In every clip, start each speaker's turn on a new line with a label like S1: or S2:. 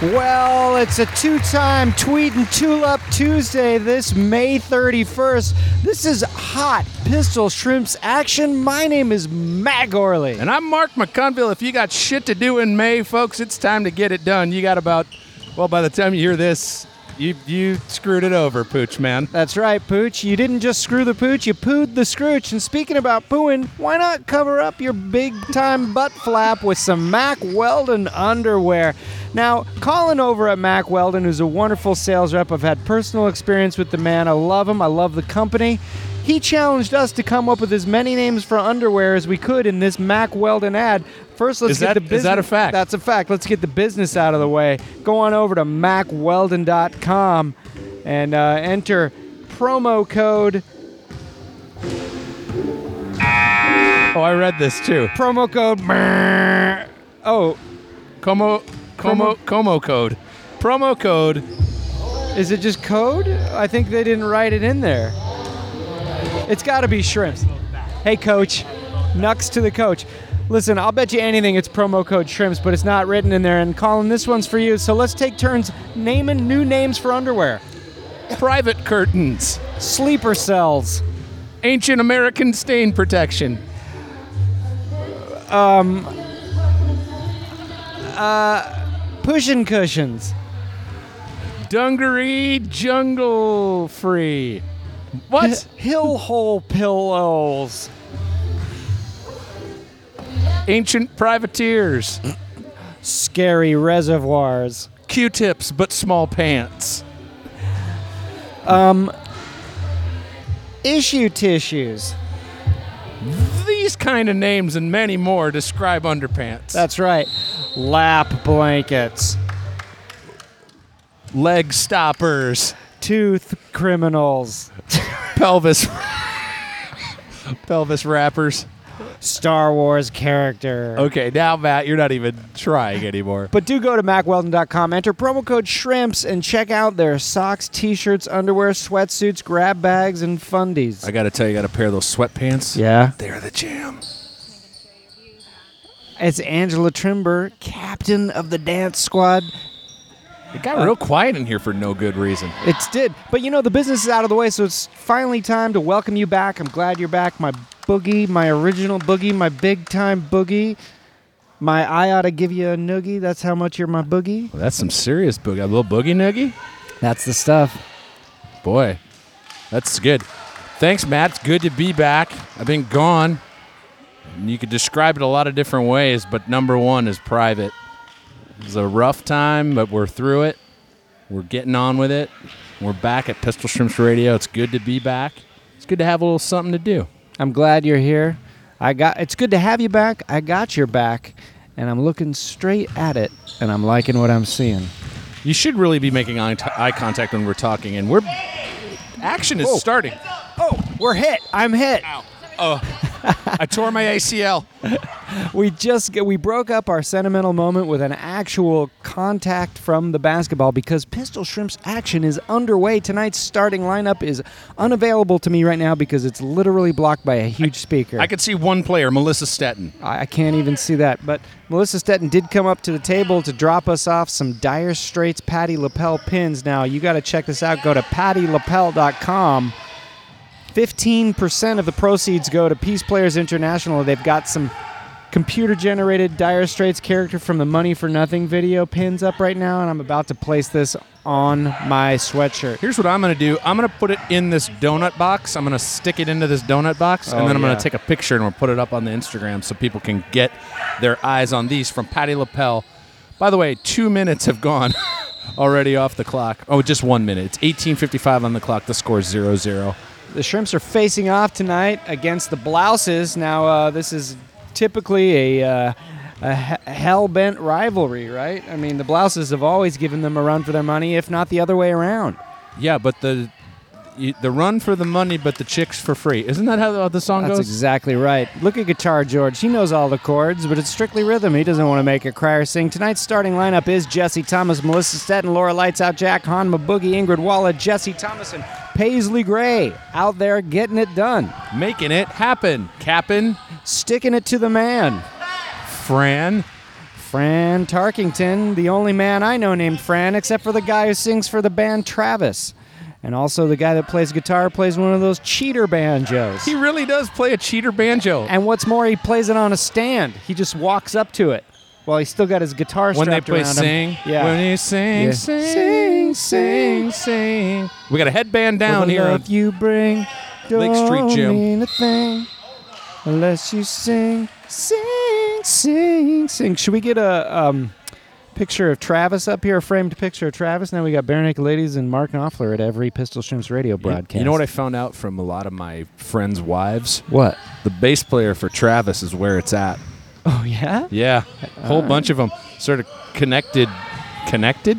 S1: Well, it's a two time Tweed and Tulip Tuesday this May 31st. This is Hot Pistol Shrimps Action. My name is Matt Gorley.
S2: And I'm Mark McConville. If you got shit to do in May, folks, it's time to get it done. You got about, well, by the time you hear this, you, you screwed it over, Pooch, man.
S1: That's right, Pooch. You didn't just screw the pooch, you pooed the scrooch. And speaking about pooing, why not cover up your big time butt flap with some Mac Weldon underwear? Now, Colin over at Mac Weldon, who's a wonderful sales rep, I've had personal experience with the man. I love him, I love the company. He challenged us to come up with as many names for underwear as we could in this Mac Weldon ad. First, let's
S2: Is
S1: get
S2: that-
S1: the
S2: is
S1: business.
S2: that a fact?
S1: That's a fact. Let's get the business out of the way. Go on over to macweldon.com and uh, enter promo code
S2: Oh, I read this too.
S1: promo code. brrr. Oh,
S2: Como, como, como code. Promo code.
S1: is it just code? I think they didn't write it in there. It's got to be shrimps. Hey, coach. Nux to the coach. Listen, I'll bet you anything it's promo code shrimps, but it's not written in there. And Colin, this one's for you. So let's take turns naming new names for underwear.
S2: Private curtains.
S1: Sleeper cells.
S2: Ancient American stain protection.
S1: Pushing cushions.
S2: Dungaree jungle free. What?
S1: Hill hole pillows.
S2: Ancient privateers.
S1: Scary reservoirs.
S2: Q-tips, but small pants.
S1: Issue tissues.
S2: These kind of names and many more describe underpants.
S1: That's right. Lap blankets.
S2: leg stoppers,
S1: Tooth criminals.
S2: pelvis pelvis wrappers.
S1: Star Wars character.
S2: Okay, now Matt, you're not even trying anymore.
S1: But do go to macweldon.com, enter promo code shrimps, and check out their socks, t shirts, underwear, sweatsuits, grab bags, and fundies.
S2: I gotta tell you, I got a pair of those sweatpants.
S1: yeah.
S2: They're the jam.
S1: It's Angela Trimber, captain of the dance squad.
S2: It got real quiet in here for no good reason.
S1: It's did. But you know, the business is out of the way, so it's finally time to welcome you back. I'm glad you're back. My boogie, my original boogie, my big time boogie. My I ought to give you a noogie. That's how much you're my boogie.
S2: Well, that's some serious boogie. A little boogie noogie?
S1: That's the stuff.
S2: Boy, that's good. Thanks, Matt. It's good to be back. I've been gone. You could describe it a lot of different ways, but number one is private. It was a rough time, but we're through it. We're getting on with it. We're back at Pistol Shrimps Radio. It's good to be back. It's good to have a little something to do.
S1: I'm glad you're here. I got it's good to have you back. I got your back and I'm looking straight at it and I'm liking what I'm seeing.
S2: You should really be making eye, eye contact when we're talking, and we're action is
S1: Whoa.
S2: starting.
S1: Oh, we're hit. I'm hit.
S2: I tore my ACL.
S1: We just we broke up our sentimental moment with an actual contact from the basketball because Pistol Shrimps action is underway. Tonight's starting lineup is unavailable to me right now because it's literally blocked by a huge speaker.
S2: I could see one player, Melissa Stetton.
S1: I I can't even see that. But Melissa Stetton did come up to the table to drop us off some Dire Straits Patty Lapel pins. Now, you got to check this out. Go to pattylapel.com. 15% of the proceeds go to Peace Players International. They've got some computer generated Dire Straits character from the Money for Nothing video pins up right now, and I'm about to place this on my sweatshirt.
S2: Here's what I'm gonna do. I'm gonna put it in this donut box. I'm gonna stick it into this donut box,
S1: Oh,
S2: and then I'm
S1: yeah.
S2: gonna take a picture and we'll put it up on the Instagram so people can get their eyes on these from Patty Lapel. By the way, two minutes have gone already off the clock. Oh, just one minute. It's 18:55 on the clock. The score is 0-0.
S1: The Shrimps are facing off tonight against the Blouses. Now, uh, this is typically a, uh, a he- hell-bent rivalry, right? I mean, the Blouses have always given them a run for their money, if not the other way around.
S2: Yeah, but the you- the run for the money, but the chicks for free. Isn't that how the song
S1: That's
S2: goes?
S1: exactly right. Look at Guitar George. He knows all the chords, but it's strictly rhythm. He doesn't want to make a cry or sing. Tonight's starting lineup is Jesse Thomas, Melissa Stetton, Laura Lights Out, Jack Hanma, Boogie, Ingrid Walla, Jesse Thomas, and Paisley Gray out there getting it done,
S2: Making it happen, Cap'n,
S1: sticking it to the man.
S2: Fran,
S1: Fran Tarkington, the only man I know named Fran, except for the guy who sings for the band Travis. And also the guy that plays guitar plays one of those cheater banjos.
S2: He really does play a cheater banjo.
S1: and what's more, he plays it on a stand. He just walks up to it while he's still got his guitar
S2: when they
S1: strapped
S2: play
S1: around
S2: sing,
S1: him. Yeah.
S2: when you sing,
S1: Yeah.
S2: sing, sing, sing. We got a headband
S1: For the
S2: down here.
S1: love you bring
S2: Lake Street
S1: don't
S2: Gym.
S1: mean a thing unless you sing, sing, sing, sing. Should we get a um, picture of Travis up here, a framed picture of Travis? Now we got Bare Naked Ladies and Mark Knopfler at every Pistol Shrimps radio
S2: You-
S1: broadcast.
S2: You know what I found out from a lot of my friends' wives?
S1: What?
S2: The bass player for Travis is where it's at.
S1: Oh yeah.
S2: Yeah, a whole
S1: Oh.
S2: bunch of them sort of connected. Connected?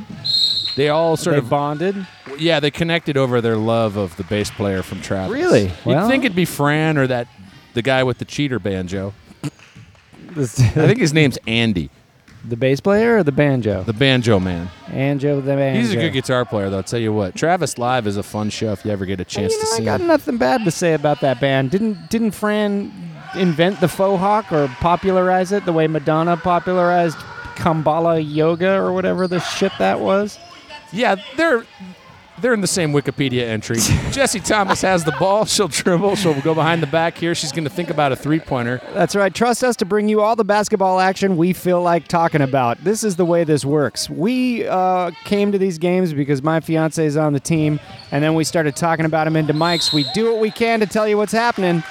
S2: They all sort
S1: They
S2: of
S1: bonded.
S2: yeah, they connected over their love of the bass player from Travis.
S1: Really?
S2: You'd
S1: Well-
S2: think it'd be Fran or that the guy with the cheater banjo. I
S1: the
S2: think his name's Andy,
S1: bass player or the banjo?
S2: the banjo man.
S1: banjo, the banjo.
S2: He's a good guitar player, though. I'll tell you what. Travis Live is a fun show if you ever get a
S1: And
S2: chance
S1: you know,
S2: to see
S1: I got
S2: him.
S1: nothing bad to say about that band. Didn't didn't Fran invent the faux hawk or popularize it the way Madonna popularized Kambala yoga or whatever the shit that was?
S2: Yeah, they're they're in the same Wikipedia entry. Jesse Thomas has the ball. She'll dribble. She'll go behind the back here. She's going to think about a three pointer.
S1: That's right. Trust us to bring you all the basketball action we feel like talking about. This is the way this works. We uh, came to these games because my fiance is on the team, and then we started talking about him into mics. We do what we can to tell you what's happening,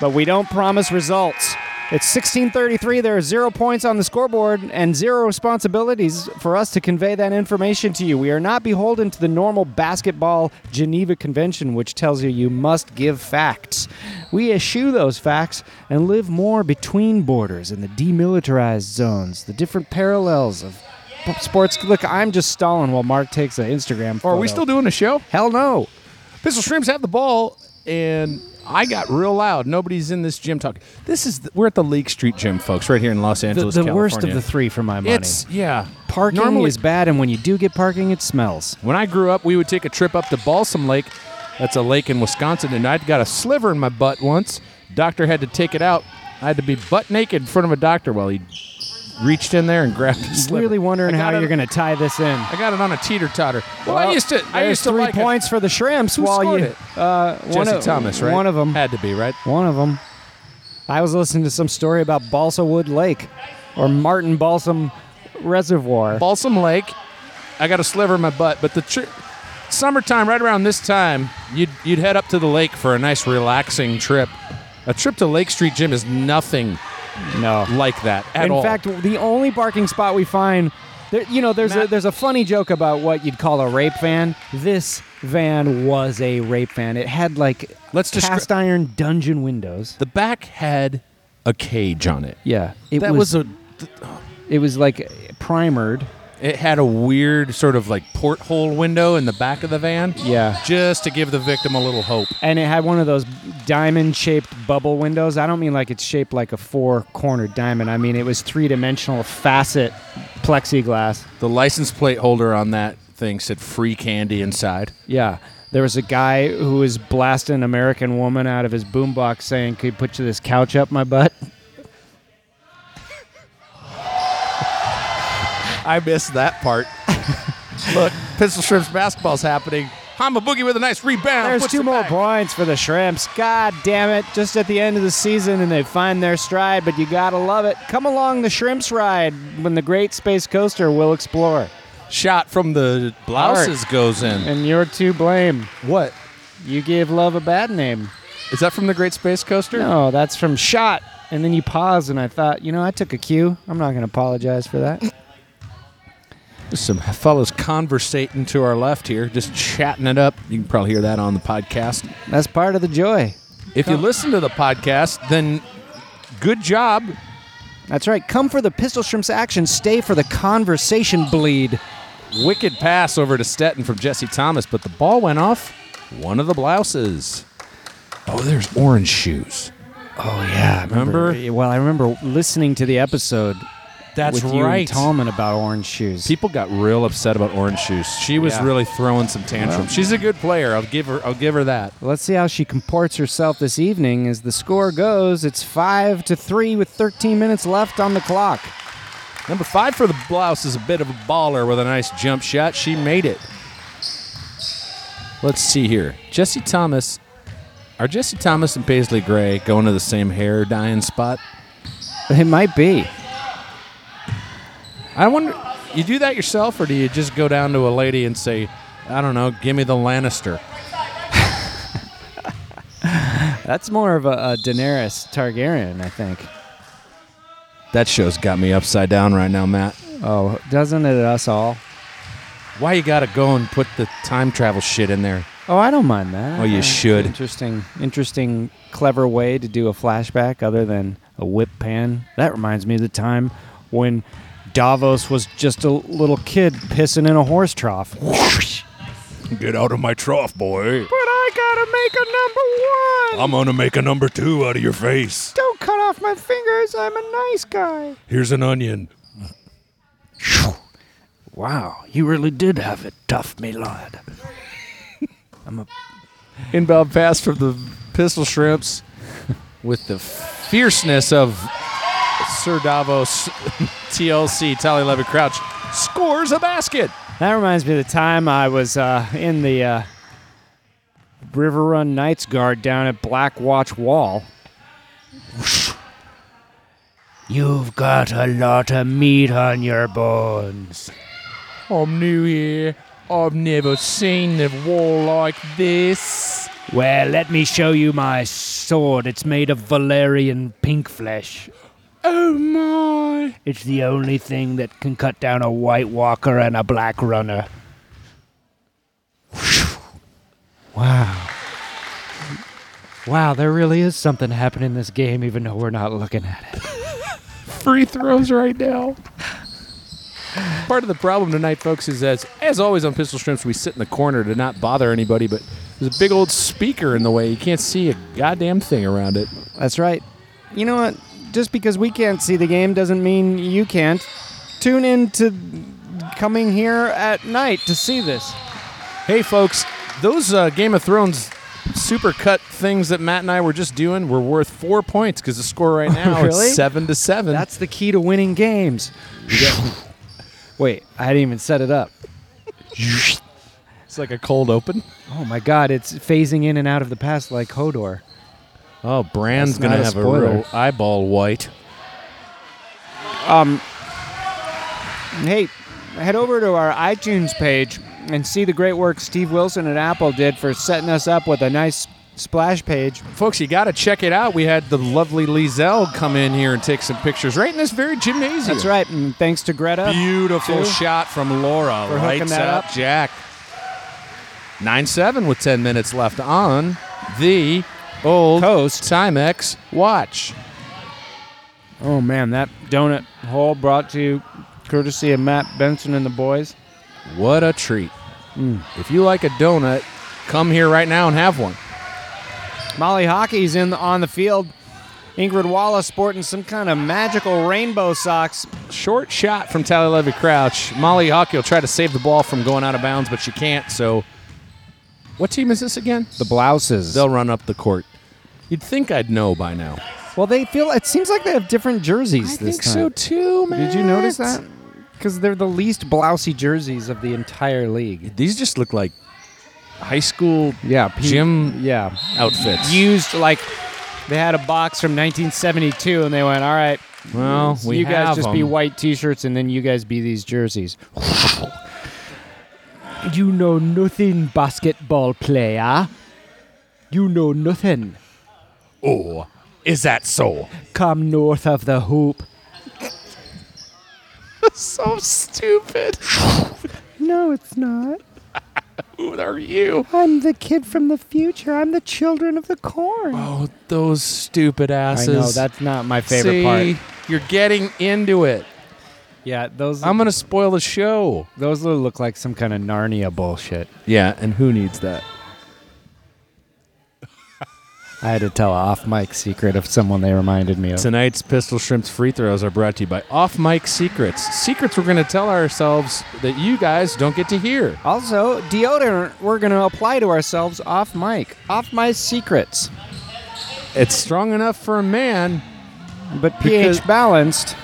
S1: but we don't promise results. It's 16:33. There are zero points on the scoreboard and zero responsibilities for us to convey that information to you. We are not beholden to the normal basketball Geneva Convention, which tells you you must give facts. We eschew those facts and live more between borders in the demilitarized zones, the different parallels of p- sports. Look, I'm just stalling while Mark takes an Instagram.
S2: Are
S1: Photo.
S2: we still doing a show?
S1: Hell no.
S2: Pistol Shrimps have the ball, and I got real loud. Nobody's in this gym talking. This is the, we're at the League Street Gym, folks, right here in Los
S1: The,
S2: Angeles,
S1: the worst of
S2: California.
S1: the three for my money.
S2: It's yeah.
S1: parking
S2: normally-
S1: is bad, and when you do get parking, it smells.
S2: When I grew up, we would take a trip up to Balsam Lake. That's a lake in Wisconsin, and I'd got a sliver in my butt once. Doctor had to take it out. I had to be butt naked in front of a doctor while he reached in there and grabbed the sliver.
S1: really wondering
S2: I got
S1: how
S2: it-
S1: you're going to tie this in.
S2: I got it on a teeter totter. Well, I used to. I
S1: there's
S2: used to
S1: three
S2: like it.
S1: points for the shrimps
S2: Who
S1: while
S2: scored
S1: you.
S2: it?
S1: Uh, one
S2: Jesse
S1: of,
S2: Thomas, right?
S1: One of them.
S2: had to be right.
S1: One of them. I was listening to some story about Balsa Wood Lake, or Martin Balsam Reservoir.
S2: Balsam Lake. I got a sliver in my butt, but the tr- summertime, right around this time, you'd you'd head up to the lake for a nice relaxing trip. A trip to Lake Street Gym is nothing
S1: no.
S2: like that at
S1: In
S2: all.
S1: fact, the only parking spot we find, there, you know, there's a,
S2: Matt-
S1: there's a funny joke about what you'd call a rape van. This van was a rape van. It had like
S2: Let's descri-
S1: cast iron dungeon windows.
S2: The back had a cage on it.
S1: Yeah, it
S2: that was, a.
S1: it was like primered.
S2: It had a weird sort of like porthole window in the back of the van.
S1: Yeah.
S2: Just to give the victim a little hope.
S1: and it had one of those diamond shaped bubble windows. I don't mean like it's shaped like a four cornered diamond. I mean it was three dimensional facet plexiglass.
S2: The license plate holder on that thing said "free candy" inside.
S1: Yeah. There was a guy who was blasting an American woman out of his boombox saying, Could you put you this couch up my butt?
S2: I missed that part. Look, Pistol Shrimps basketball's happening. Hama Boogie with a nice rebound.
S1: There's
S2: puts
S1: two
S2: it
S1: more
S2: back.
S1: points for the Shrimps. God damn it. Just at the end of the season and they find their stride, but you gotta love it. Come along the Shrimps ride when the Great Space Coaster will explore.
S2: Shot from the blouses goes in.
S1: And you're to blame.
S2: What?
S1: You gave love a bad name.
S2: Is that from the Great Space Coaster?
S1: No, that's from Shot. And then you pause, and I thought, you know, I took a cue. I'm not going to apologize for that.
S2: Some fellas conversating to our left here, just chatting it up. You can probably hear that on the podcast.
S1: That's part of the joy.
S2: If you listen to the podcast, then good job.
S1: That's right. Come for the pistol shrimps action. Stay for the conversation bleed.
S2: Wicked pass over to Stetton from Jesse Thomas, but the ball went off one of the blouses. Oh, there's orange shoes.
S1: Oh yeah, I
S2: Remember?
S1: Well, I remember listening to the episode
S2: That's
S1: with you and
S2: right.
S1: Tallman about orange shoes.
S2: People got real upset about orange shoes. She was
S1: Yeah.
S2: really throwing some tantrums. She's a good player. I'll give her. I'll give her that.
S1: Let's see how she comports herself this evening. As the score goes, it's five to three with 13 minutes left on the clock.
S2: Number five for the blouse is a bit of a baller with a nice jump shot. She made it. Let's see here. Jesse Thomas. Are Jesse Thomas and Paisley Gray going to the same hair dyeing spot?
S1: It might be.
S2: I wonder, you do that yourself, or do you just go down to a lady and say, I don't know, give me the Lannister?
S1: That's more of a, a Daenerys Targaryen, I think.
S2: That show's got me upside down right now, Matt.
S1: Oh, doesn't it us all?
S2: Why you gotta go and put the time travel shit in there?
S1: Oh, I don't mind that.
S2: Oh, you
S1: That's an
S2: should.
S1: Interesting, interesting, clever way to do a flashback other than a whip pan. That reminds me of the time when Davos was just a little kid pissing in a horse trough.
S2: Get out of my trough, boy.
S1: But I gotta make a number one.
S2: I'm gonna make a number two out of your face.
S1: Don't cut off my fingers. I'm a nice guy.
S2: Here's an onion.
S1: Wow, you really did have it tough, me lad.
S2: Inbound pass from the pistol shrimps with the fierceness of Sir Davos TLC Tally Levitt Crouch scores a basket.
S1: That reminds me of the time I was uh, in the uh, River Run Knights Guard down at Black Watch Wall. You've got a lot of meat on your bones.
S2: I'm new here. I've never seen the wall like this.
S1: Well, let me show you my sword. It's made of Valerian pink flesh.
S2: Oh my.
S1: It's the only thing that can cut down a White Walker and a Black Runner. Wow. Wow, there really is something happening in this game, even though we're not looking at it.
S2: free throws right now. Part of the problem tonight, folks, is as as always on Pistol Shrimps, we sit in the corner to not bother anybody, but there's a big old speaker in the way. You can't see a goddamn thing around it.
S1: That's right. You know what? Just because we can't see the game doesn't mean you can't. Tune in to coming here at night to see this.
S2: Hey, folks, those uh, Game of Thrones super cut things that Matt and I were just doing were worth four points because the score right now
S1: Really?
S2: is seven to seven.
S1: That's the key to winning games. Wait, I hadn't even set it up.
S2: it's like a cold open.
S1: Oh my god, it's phasing in and out of the past like Hodor.
S2: Oh, Bran's
S1: That's not
S2: gonna
S1: a
S2: have
S1: spoiler.
S2: a real eyeball white.
S1: Hey, head over to our iTunes page and see the great work Steve Wilson at Apple did for setting us up with a nice splash page.
S2: Folks, you got to check it out. We had the lovely Lizelle come in here and take some pictures right in this very gymnasium.
S1: That's right, and thanks to Greta.
S2: Beautiful
S1: Two.
S2: shot from Laura.
S1: For hooking
S2: Lights
S1: that
S2: out,
S1: up.
S2: Jack. 9 7 with 10 minutes left on the old
S1: Coast.
S2: Timex watch.
S1: Oh man, that donut hole brought to you courtesy of Matt Benson and the boys.
S2: What a treat. If you like a donut, come here right now and have one.
S1: Molly Hockey's in on the field. Ingrid Wallace sporting some kind of magical rainbow socks.
S2: Short shot from Tally Levy Crouch. Molly Hockey will try to save the ball from going out of bounds, but she can't. So, what team is this again?
S1: The blouses.
S2: They'll run up the court. You'd think I'd know by now.
S1: well, they feel. It seems like they have different jerseys this time.
S2: too, man.
S1: Did you notice that? Because they're the least blousy jerseys of the entire league.
S2: These just look like high school
S1: Yeah, pe-
S2: Gym-
S1: Yeah,
S2: outfits.
S1: used like they had a box from 1972, and they went, "All right,
S2: well, we
S1: you guys
S2: have
S1: just be
S2: them.
S1: white T-shirts, and then you guys be these jerseys." you know nothing, basketball player. You know nothing.
S2: Oh, is that so?
S1: Come north of the hoop.
S2: so stupid.
S1: No, it's not.
S2: Who are you?
S1: I'm the kid from the future. I'm the children of the corn.
S2: Oh, those stupid
S1: I
S2: asses.
S1: know that's not my favorite part.
S2: You're getting into it.
S1: Yeah, those
S2: I'm gonna spoil the show.
S1: those look like some kind of Narnia bullshit.
S2: Yeah, and who needs that?
S1: I had to tell a off mic secret of someone they reminded me of.
S2: Tonight's Pistol Shrimps free throws are brought to you by Off Mic Secrets. Secrets we're going to tell ourselves that you guys don't get to hear.
S1: Also, deodorant we're gonna apply to ourselves off mic, off my secrets,
S2: It's strong enough for a man,
S1: but
S2: Because-
S1: pH balanced.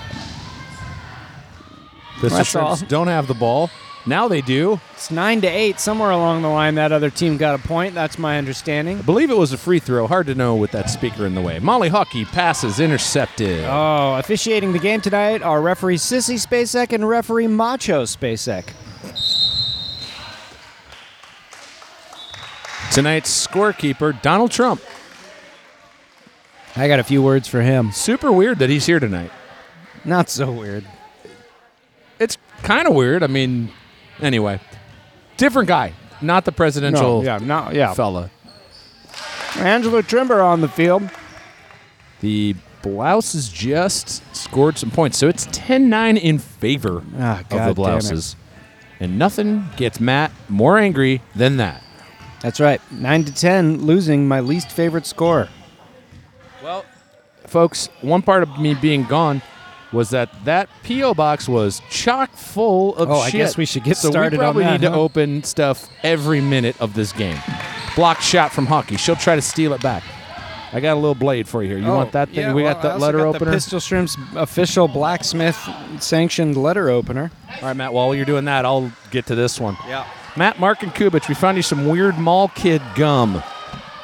S2: Pistol
S1: That's
S2: shrimps
S1: all.
S2: don't have the ball. Now they do.
S1: It's nine to eight somewhere along the line. That other team got a point. That's my understanding.
S2: Believe it was a free throw. Hard to know with that speaker in the way. Molly Hockey passes intercepted.
S1: Oh, officiating the game tonight are referee Sissy Spacek and referee Macho Spacek.
S2: Tonight's scorekeeper, Donald Trump.
S1: I got a few words for him.
S2: Super weird that he's here tonight.
S1: Not so weird.
S2: It's kind of weird. I mean, anyway, different guy, not the presidential
S1: yeah, not yeah.
S2: fella.
S1: Angela Trimber on the field.
S2: The Blouses just scored some points. So it's 10 9 in favor
S1: Ah, God
S2: of
S1: damn
S2: the
S1: it.
S2: Blouses. And nothing gets Matt more angry than that.
S1: That's right. Nine to ten, losing my least favorite score.
S2: Well, folks, one part of me being gone was that that PO box was chock full of
S1: Oh, I
S2: shit.
S1: guess we should get
S2: so
S1: started on
S2: We probably
S1: that,
S2: need to
S1: huh?
S2: open stuff every minute of this game. Block shot from Hockey. She'll try to steal it back. I got a little blade for you here. You
S1: Oh,
S2: want that thing? we got that letter opener.
S1: Pistol Shrimp's official blacksmith sanctioned letter opener.
S2: All right, Matt. While you're doing that, I'll get to this one.
S1: Yeah.
S2: Matt, Mark, and Kubich, we found you some weird mall kid gum.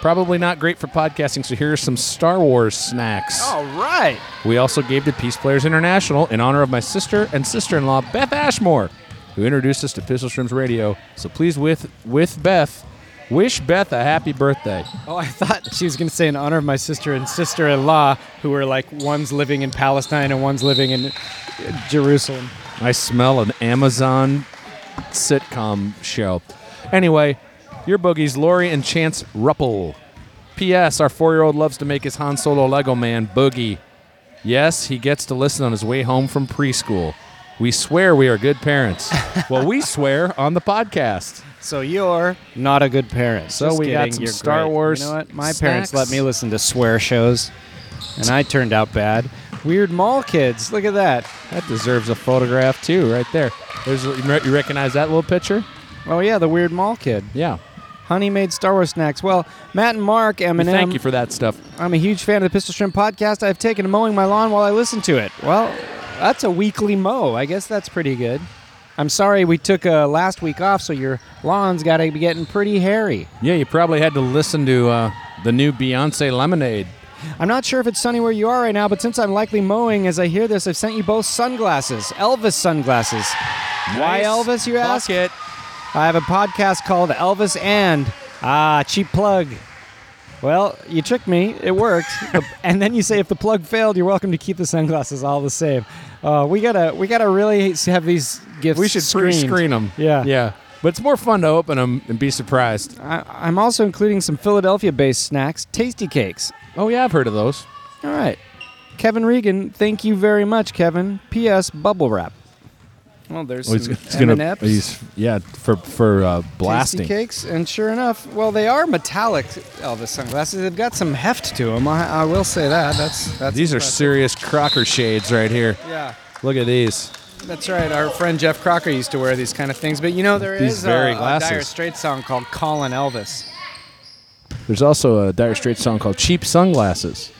S2: Probably not great for podcasting, so here are some Star Wars snacks.
S1: All right.
S2: We also gave to Peace Players International in honor of my sister and sister-in-law Beth Ashmore, who introduced us to Pistol Shrimps Radio. So please, with with Beth, wish Beth a happy birthday.
S1: Oh, I thought she was going to say in honor of my sister and sister-in-law, who were like one's living in Palestine and one's living in Jerusalem.
S2: I smell an Amazon sitcom show. Anyway, your boogies, Lori and Chance Ruppel. P.S. Our four-year-old loves to make his Han Solo Lego man boogie. Yes, he gets to listen on his way home from preschool. We swear we are good parents. well, we swear on the podcast.
S1: So you're not a good parent.
S2: So
S1: Just
S2: we got
S1: kidding,
S2: some
S1: you're
S2: Star
S1: great.
S2: Wars
S1: You know what? My
S2: snacks.
S1: parents let me listen to swear shows, and I turned out bad. Weird mall kids. Look at that.
S2: That deserves a photograph too, right there. There's you re- you recognize that little picture?
S1: Oh yeah, the weird mall kid.
S2: Yeah.
S1: Honey made Star Wars snacks. Well, Matt and Mark,
S2: We
S1: Eminem.
S2: Thank you for that stuff.
S1: I'm a huge fan of the Pistol Shrimp podcast. I've taken to mowing my lawn while I listen to it. Well, that's a weekly mow. I guess that's pretty good. I'm sorry we took uh, last week off, so your lawn's got to be getting pretty hairy.
S2: Yeah, you probably had to listen to uh, the new Beyonce Lemonade.
S1: I'm not sure if it's sunny where you are right now, but since I'm likely mowing as I hear this, I've sent you both sunglasses, Elvis sunglasses. Why
S2: Nice
S1: Elvis, you ask?
S2: bucket.
S1: I have a podcast called Elvis and Ah, cheap plug. Well, you tricked me. It worked. The- and then you say if the plug failed, you're welcome to keep the sunglasses all the same. Uh, we gotta we gotta really have these gifts.
S2: We should
S1: screened.
S2: pre-screen them.
S1: Yeah.
S2: yeah. But it's more fun to open them and be surprised.
S1: I, I'm also including some Philadelphia-based snacks, tasty cakes.
S2: Oh yeah, I've heard of those.
S1: All right. Kevin Regan, thank you very much, Kevin. P.S. Bubble wrap. Well, there's some M&Ms,
S2: yeah for for uh,
S1: tasty cakes, and sure enough, well, they are metallic. Elvis sunglasses. They've got some heft to them. I, I will say that. That's that's.
S2: These are
S1: impressive.
S2: serious Crocker shades right here.
S1: Yeah,
S2: Look at these.
S1: that's right. Our friend Jeff Crocker used to wear these kind of things, but you know there is
S2: These very
S1: a, a
S2: glasses.
S1: Dire Straits song called "Colin Elvis."
S2: There's also a Dire Straits song called "Cheap Sunglasses."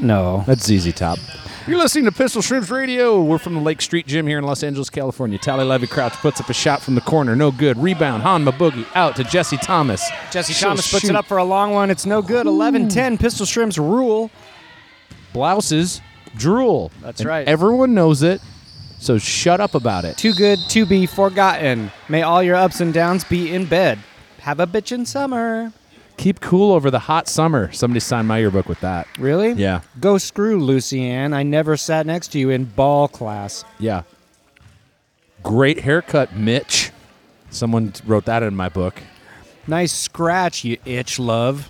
S1: No.
S2: That's ZZ Top. You're listening to Pistol Shrimps Radio. We're from the Lake Street Gym here in Los Angeles, California. Tally Levy Crouch puts up a shot from the corner. No good. Rebound. Hanma Boogie out to Jesse Thomas.
S1: Jesse
S2: She'll
S1: Thomas puts
S2: shoot.
S1: it up for a long one. It's no good. 11-10. Pistol Shrimps rule.
S2: Blouses drool.
S1: That's
S2: And
S1: right.
S2: Everyone knows it, so shut up about it.
S1: Too good to be forgotten. May all your ups and downs be in bed. Have a bitchin' summer.
S2: Keep cool over the hot summer. Somebody signed my yearbook with that.
S1: Really?
S2: Yeah.
S1: Go screw, Lucy Ann. I never sat next to you in ball class.
S2: Yeah. Great haircut, Mitch. Someone wrote that in my book.
S1: Nice scratch, you itch, love.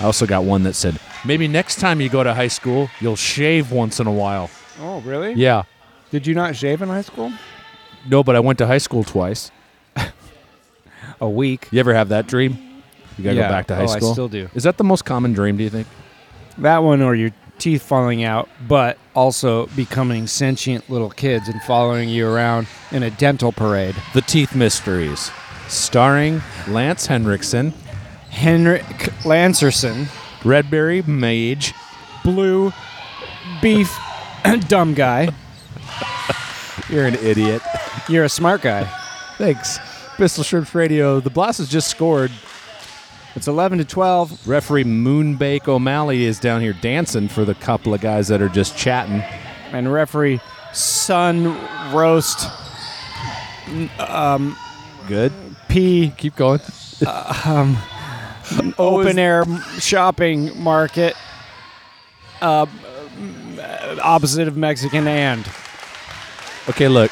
S2: I also got one that said, maybe next time you go to high school, you'll shave once in a while.
S1: Oh, really?
S2: Yeah.
S1: Did you not shave in high school?
S2: No, but I went to high school twice.
S1: A week.
S2: You ever have that dream? You gotta
S1: Yeah.
S2: go back to high
S1: Oh, I
S2: school.
S1: still do.
S2: Is that the most common dream? Do you think?
S1: That one, or your teeth falling out, but also becoming sentient little kids and following you around in a dental parade.
S2: The Teeth Mysteries, starring Lance Henriksen,
S1: Henrik Lancerson,
S2: Redberry Mage,
S1: blue beef Dumb guy.
S2: You're an idiot.
S1: You're a smart guy.
S2: Thanks. Pistol Shrimps Radio. The Blast has just scored.
S1: It's 11 to 12.
S2: Referee Moonbake O'Malley is down here dancing for the couple of guys that are just chatting.
S1: And referee Sun Roast
S2: Good.
S1: P
S2: Keep going.
S1: Open Air Shopping Market uh, m- opposite of Mexican and.
S2: Okay, look.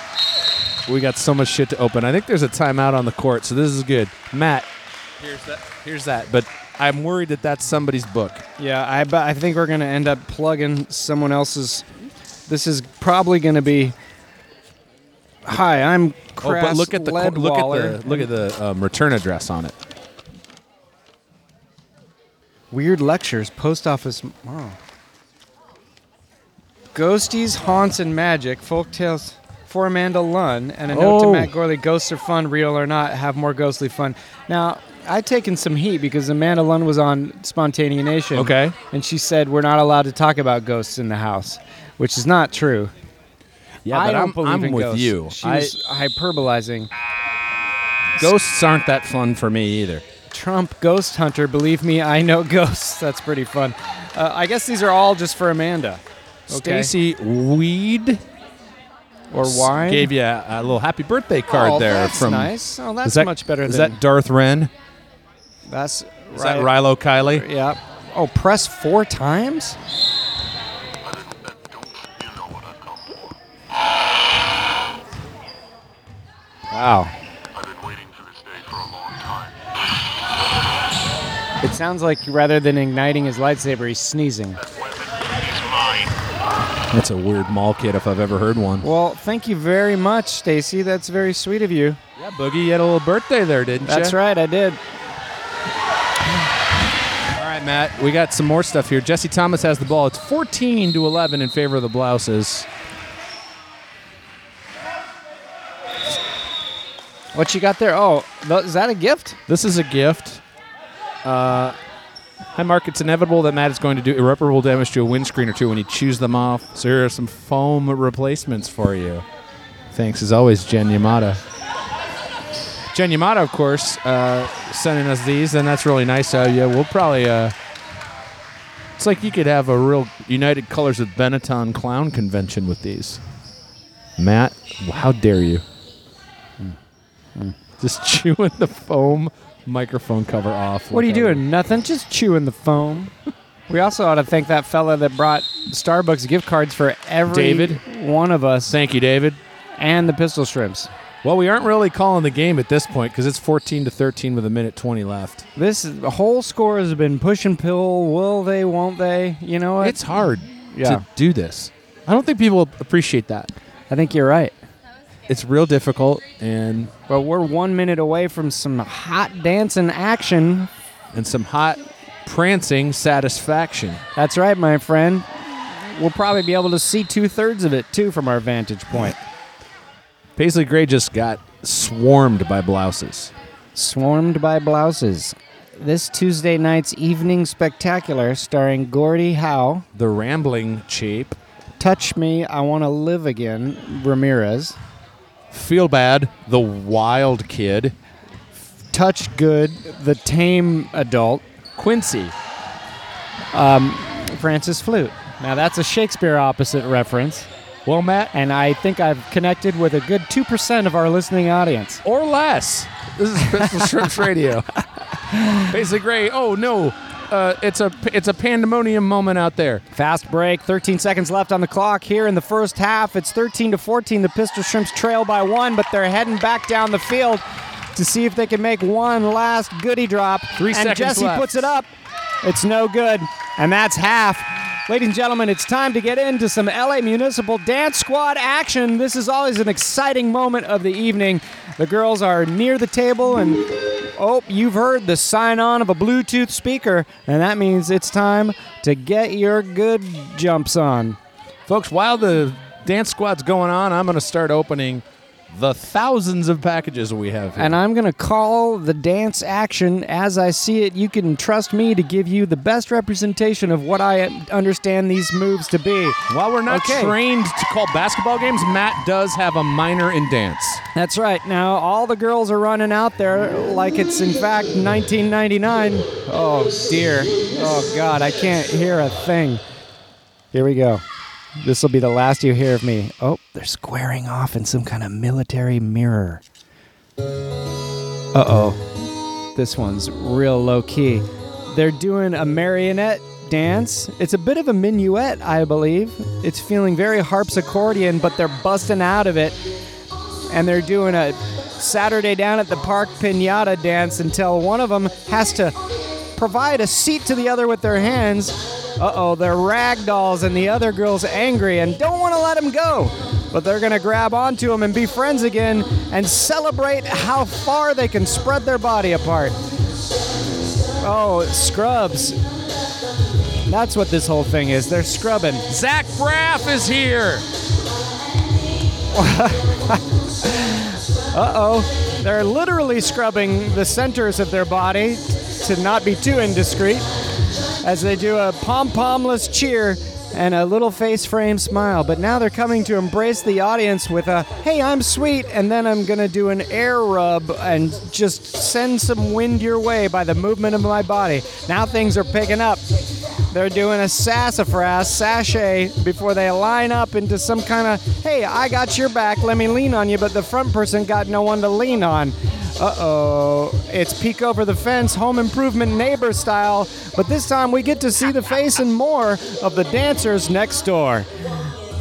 S2: We got so much shit to open. I think there's a timeout on the court, so this is good. Matt, here's that. Here's that. But I'm worried that that's somebody's book. Oh,
S1: Yeah, I, bu- I think we're going to end up plugging someone else's. This is probably going to be. Hi, I'm Crass
S2: oh, but look at the co- look
S1: Leadwaller.
S2: at the look at the um, return address on it.
S1: Weird lectures, post office. Wow. Ghosties, haunts, and magic, folktales for Amanda Lunn, and a note to
S2: Oh.
S1: Matt Gorley ghosts are fun, real or not, have more ghostly fun. Now, i taken some heat because Amanda Lunn was on Spontanea Nation.
S2: Okay.
S1: And she said, We're not allowed to talk about ghosts in the house, which is not true.
S2: Yeah,
S1: I
S2: but
S1: don't
S2: I'm,
S1: believe
S2: I'm
S1: in
S2: with
S1: ghosts.
S2: you.
S1: She
S2: I,
S1: was hyperbolizing.
S2: ghosts aren't that fun for me either.
S1: Trump ghost hunter. Believe me, I know ghosts. That's pretty fun. Uh, I guess these are all just for Amanda. Okay.
S2: Stacy Weed
S1: or wine.
S2: gave you a, a little happy birthday card
S1: oh,
S2: there
S1: That's
S2: from.
S1: nice. Oh, that's
S2: is that,
S1: much better
S2: Is
S1: than
S2: that Darth Wren?
S1: that's
S2: Is that Rilo Kiley?
S1: Yeah. Oh, press four times.
S2: Wow.
S1: It sounds like rather than igniting his lightsaber, he's sneezing.
S2: That's a weird mall kid if I've ever heard one.
S1: Well, thank you very much, Stacy. That's very sweet of you.
S2: Yeah, Boogie, you had a little birthday there, didn't
S1: That's
S2: you?
S1: right, I did.
S2: All right, Matt. We got some more stuff here. Jesse Thomas has the ball. It's 14 to 11 in favor of the Blouses.
S1: What you got there? Oh, th- is that a gift?
S2: This is a gift. Uh, hi, Mark. It's inevitable that Matt is going to do irreparable damage to a windscreen or two when you chews them off. So here are some foam replacements for you. Thanks, as always, Jen Yamada. Jen Yamada, of course, uh, sending us these, and that's really nice of you. We'll probably. Uh, it's like you could have a real United Colors of Benetton clown convention with these. Matt, how dare you? Just chewing the foam microphone cover off.
S1: What are you
S2: like a-
S1: doing? Nothing. Just chewing the foam. We also ought to thank that fella that brought Starbucks gift cards for every
S2: David?
S1: one of us
S2: Thank you, David.
S1: and the pistol shrimps.
S2: Well, we aren't really calling the game at this point because it's 14 to 13 with a minute 20 left.
S1: This is- the whole score has been push and pill. Will they? Won't they? You know what?
S2: It's hard
S1: Yeah.
S2: to do this. I don't think people appreciate that.
S1: I think you're right.
S2: It's real difficult, and
S1: But we're one minute away from some hot dancing action.
S2: and some hot prancing satisfaction.
S1: That's right, my friend. We'll probably be able to see two thirds of it too from our vantage point.
S2: Paisley Gray just got swarmed by blouses.
S1: Swarmed by Blouses. This Tuesday night's Evening Spectacular starring Gordie Howe,
S2: The rambling cheap.
S1: Touch Me, I Want to Live Again, Ramirez,
S2: Feel bad. The wild kid.
S1: Touch Good, The Tame Adult, Um,
S2: Quincy.
S1: Francis Flute. Now that's a Shakespeare opposite reference,
S2: Well, Matt,
S1: and I think I've connected with a good 2% of our listening audience.
S2: or less. This is Pistol Shrimps Radio. Paisley Gray. Oh no, uh, it's a it's a pandemonium moment out there.
S1: Fast break, 13 seconds left on the clock here in the first half. It's 13 to 14. The Pistol Shrimps trail by one, but they're heading back down the field to see if they can make one last goody drop.
S2: Three
S1: and
S2: seconds
S1: Jesse
S2: left.
S1: puts it up. It's no good. And that's half. Ladies and gentlemen, it's time to get into some LA Municipal Dance Squad action. This is always an exciting moment of the evening. The girls are near the table and Oh, you've heard the sign on of a Bluetooth speaker, and that means it's time to get your good jumps on.
S2: Folks, while the dance squad's going on, I'm going to start opening the thousands of packages we have here.
S1: And I'm going to call the dance action as I see it. You can trust me to give you the best representation of what I understand these moves to be.
S2: While we're not
S1: Okay.
S2: trained to call basketball games, Matt does have a minor in dance.
S1: That's right. Now, all the girls are running out there like it's, in fact, 1999. Oh, dear. Oh, God. I can't hear a thing. Here we go. This will be the last you hear of me. Oh, they're squaring off in some kind of military mirror. Uh oh. This one's real low key. They're doing a marionette dance. It's a bit of a minuet, I believe. It's feeling very harpsichordian, but they're busting out of it and they're doing a Saturday down at the park pinata dance until one of them has to provide a seat to the other with their hands. Uh oh, they're ragdolls, and the other girl's angry and don't want to let him go. But they're going to grab onto him and be friends again and celebrate how far they can spread their body apart. Oh, scrubs. That's what this whole thing is. They're scrubbing.
S2: Zach Braff is here.
S1: Uh-oh. They're literally scrubbing the centers of their body to not be too indiscreet as they do a pom-pomless cheer and a little face frame smile. But now they're coming to embrace the audience with a, hey, I'm sweet, and then I'm going to do an air rub and just send some wind your way by the movement of my body. Now things are picking up. They're doing a sassafras sachet before they line up into some kind of, hey, I got your back, let me lean on you, but the front person got no one to lean on. Uh oh, it's peek over the fence, home improvement neighbor style, but this time we get to see the face and more of the dancers next door.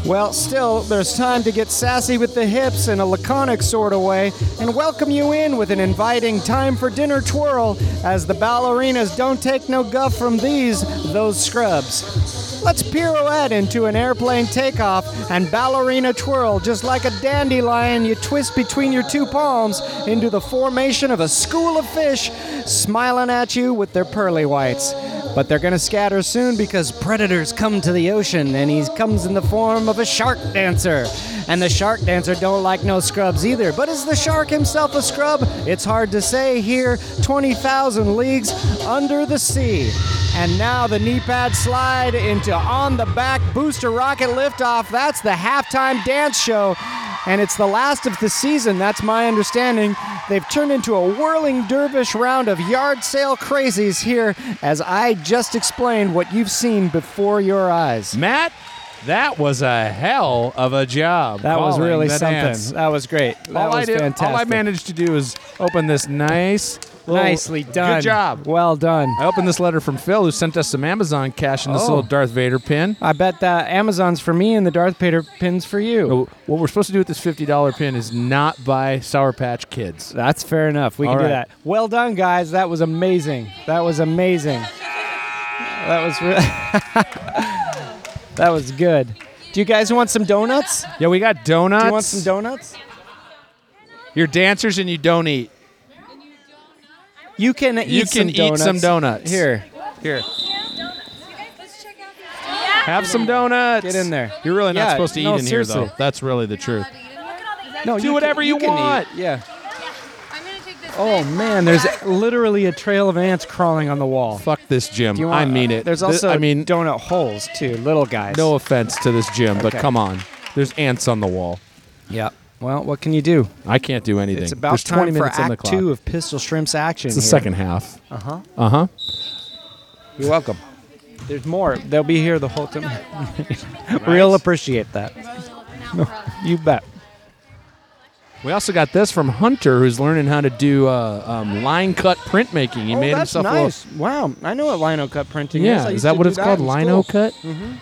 S1: Well, still, there's time to get sassy with the hips in a laconic sort of way and welcome you in with an inviting time for dinner twirl as the ballerinas don't take no guff from these, those scrubs. Let's pirouette into an airplane takeoff and ballerina twirl just like a dandelion you twist between your two palms into the formation of a school of fish smiling at you with their pearly whites. But they're going to scatter soon because predators come to the ocean and he comes in the form of a shark dancer. And the shark dancer don't like no scrubs either. But is the shark himself a scrub? It's hard to say here 20,000 leagues under the sea. And now the knee pad slide into on the back booster rocket liftoff. That's the halftime dance show and it's the last of the season. That's my understanding. They've turned into a whirling dervish round of yard sale crazies here, as I just explained what you've seen before your eyes.
S2: Matt, that was a hell of a job.
S1: That was
S2: calling
S1: really
S2: the
S1: something.
S2: dance.
S1: That was great. That
S2: all
S1: was
S2: I did,
S1: fantastic.
S2: all I managed to do is open this nice, little-
S1: Nicely done.
S2: Good job.
S1: Well done.
S2: I opened this letter from Phil, who sent us some Amazon cash in this
S1: Oh.
S2: little Darth Vader pin.
S1: I bet that Amazon's for me and the Darth Vader pin's for you.
S2: So What we're supposed to do with this $50 pin is not buy Sour Patch Kids.
S1: That's fair enough. We can
S2: All
S1: do
S2: right.
S1: that. Well done, guys. That was amazing. That was amazing. That was re- that was good. Do you guys want some donuts? Do
S2: Yeah, we got donuts.
S1: you want some donuts?
S2: You're dancers and you don't eat.
S1: You can eat
S2: You
S1: some
S2: can eat some donuts.
S1: Here,
S2: Here,
S3: Let's check out this
S2: have some donuts.
S1: get in there.
S2: You're really not
S1: Yeah,
S2: supposed to eat
S1: no,
S2: in here,
S1: seriously.
S2: though. That's really the truth.
S1: No,
S2: Do
S1: you
S2: whatever
S1: can,
S2: you
S1: can eat.
S2: want.
S1: Yeah.
S3: I'm gonna take this.
S1: Oh man, there's literally a trail of ants crawling on the wall.
S2: Fuck this gym.
S1: Do you want,
S2: I mean it.
S1: There's
S2: Th-
S1: also
S2: I mean,
S1: donut holes too, little guys.
S2: no offense to this gym, but
S1: Okay.
S2: come on. There's ants on the wall.
S1: Yeah. Well, what can you do?
S2: I can't do anything.
S1: It's about
S2: There's 20
S1: time for
S2: minutes on the
S1: Act
S2: clock.
S1: Two of Pistol Shrimps action.
S2: it's the
S1: here.
S2: second half. Uh huh. Uh huh.
S1: You're welcome. There's more. They'll be here the whole time. Real appreciate that. You bet.
S2: We also got this from Hunter, who's learning how to do uh, um, line cut printmaking. He made himself a little-
S1: Oh, Wow, I know what lino cut printing is.
S2: Yeah,
S1: I
S2: is
S1: used
S2: that
S1: to
S2: what
S1: do
S2: it's called?
S1: in
S2: Lino
S1: school.
S2: cut. Mm-hmm.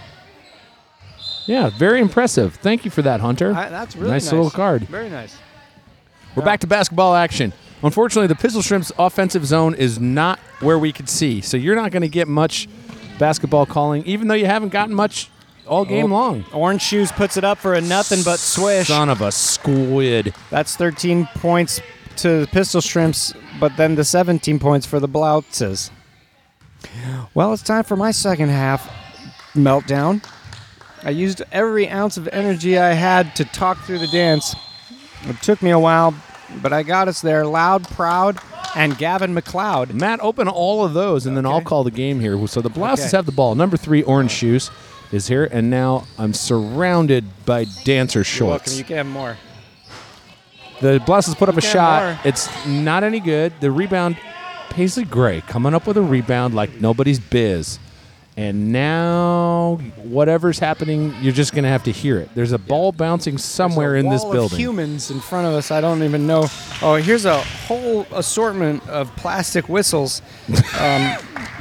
S2: Yeah, very impressive. Thank you for that, Hunter.
S1: I- that's really
S2: nice, little card.
S1: Very nice.
S2: We're back to basketball action. Unfortunately, the Pistol Shrimp's offensive zone is not where we could see, so you're not going to get much basketball calling, even though you haven't gotten much all game long.
S1: Orange Shoes puts it up for a nothing Oh. but swish.
S2: Son of a squid.
S1: That's 13 points to the Pistol Shrimps, but then the 17 points for the Bloutzes. Well, it's time for my second half meltdown. I used every ounce of energy I had to talk through the dance, It took me a while, but I got us there. Loud, proud, and Gavin McLeod.
S2: Matt, open all of those, and then I'll
S1: Okay.
S2: call the game here. So the Blasters
S1: Okay.
S2: have the ball. Number three, Orange Shoes, is here, and now I'm surrounded by dancer shorts.
S1: can have more.
S2: The Blasters put up a
S1: can
S2: shot.
S1: more.
S2: It's not any good. The rebound, Paisley Gray coming up with a rebound like nobody's biz. And now, whatever's happening, you're just going to have to hear it. There's a ball bouncing somewhere in this
S1: wall
S2: building.
S1: Of humans in front of us. I don't even know. Oh, here's a whole assortment of plastic whistles.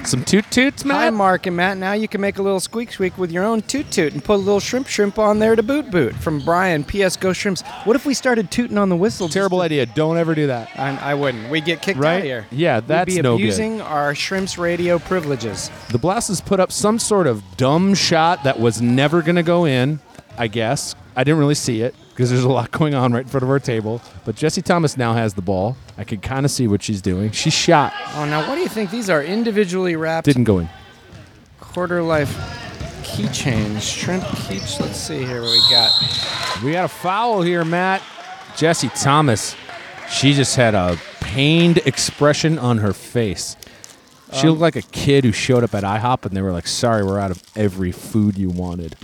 S2: Some toot toots,
S1: Hi,
S2: Matt.
S1: Mark and Matt. Now you can make a little squeak squeak with your own toot toot and put a little shrimp shrimp on there to boot boot. From Brian, P.S. Go Shrimps. What if we started tooting on the whistle? just
S2: Terrible
S1: to-
S2: idea. Don't ever do that.
S1: I, I wouldn't. We'd get kicked out
S2: Right?
S1: of here.
S2: Yeah, that's
S1: We'd be
S2: no good.
S1: abusing our shrimps radio privileges.
S2: The Blasters put up some sort of dumb shot that was never going to go in, I guess. I didn't really see it because there's a lot going on right in front of our table. But Jesse Thomas now has the ball. I can kind of see what she's doing. She shot,
S1: Oh, now what do you think? These are individually wrapped
S2: didn't go in.
S1: quarter life keychains. Shrimp keychains. Let's see here what we got.
S2: We got a foul here, Matt. Jesse Thomas, she just had a pained expression on her face. She looked like a kid who showed up at IHOP and they were like, sorry, we're out of every food you wanted.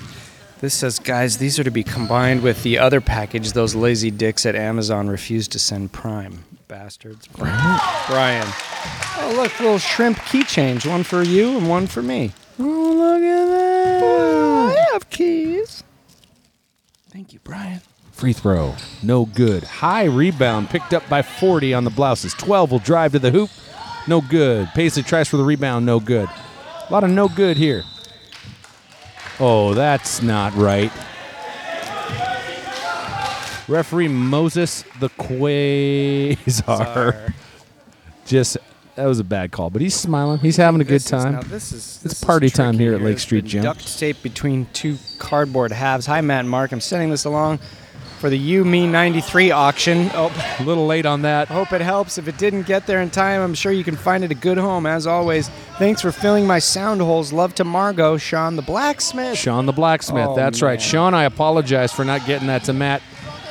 S1: This says, guys, these are to be combined with the other package those lazy dicks at Amazon refused to send Prime. Bastards. Brian. Brian. Oh, look, little shrimp key change. One for you and one for me.
S2: Oh, look at that.
S1: I have keys. Thank you, Brian.
S2: Free throw, no good. High rebound picked up by 40 on the blouses. 12 will drive to the hoop, no good. Paisley tries for the rebound, no good. A lot of no good here. Oh, that's not right. Referee Moses the Quasar. Just, that was a bad call, but he's smiling. He's having a good
S1: This is-
S2: time.
S1: now this is this is
S2: party time
S1: tricky
S2: here at Lake
S1: It's
S2: Street
S1: been
S2: Gym.
S1: Duct tape between two cardboard halves. Hi, Matt and Mark. I'm sending this along for the You Me '93 auction. Oh,
S2: A little late on that.
S1: hope it helps. If it didn't get there in time, I'm sure you can find it a good home. As always, thanks for filling my sound holes. Love to Margot, Sean the blacksmith.
S2: Sean the blacksmith.
S1: Oh,
S2: that's right.
S1: man.
S2: Sean, I apologize for not getting that to Matt.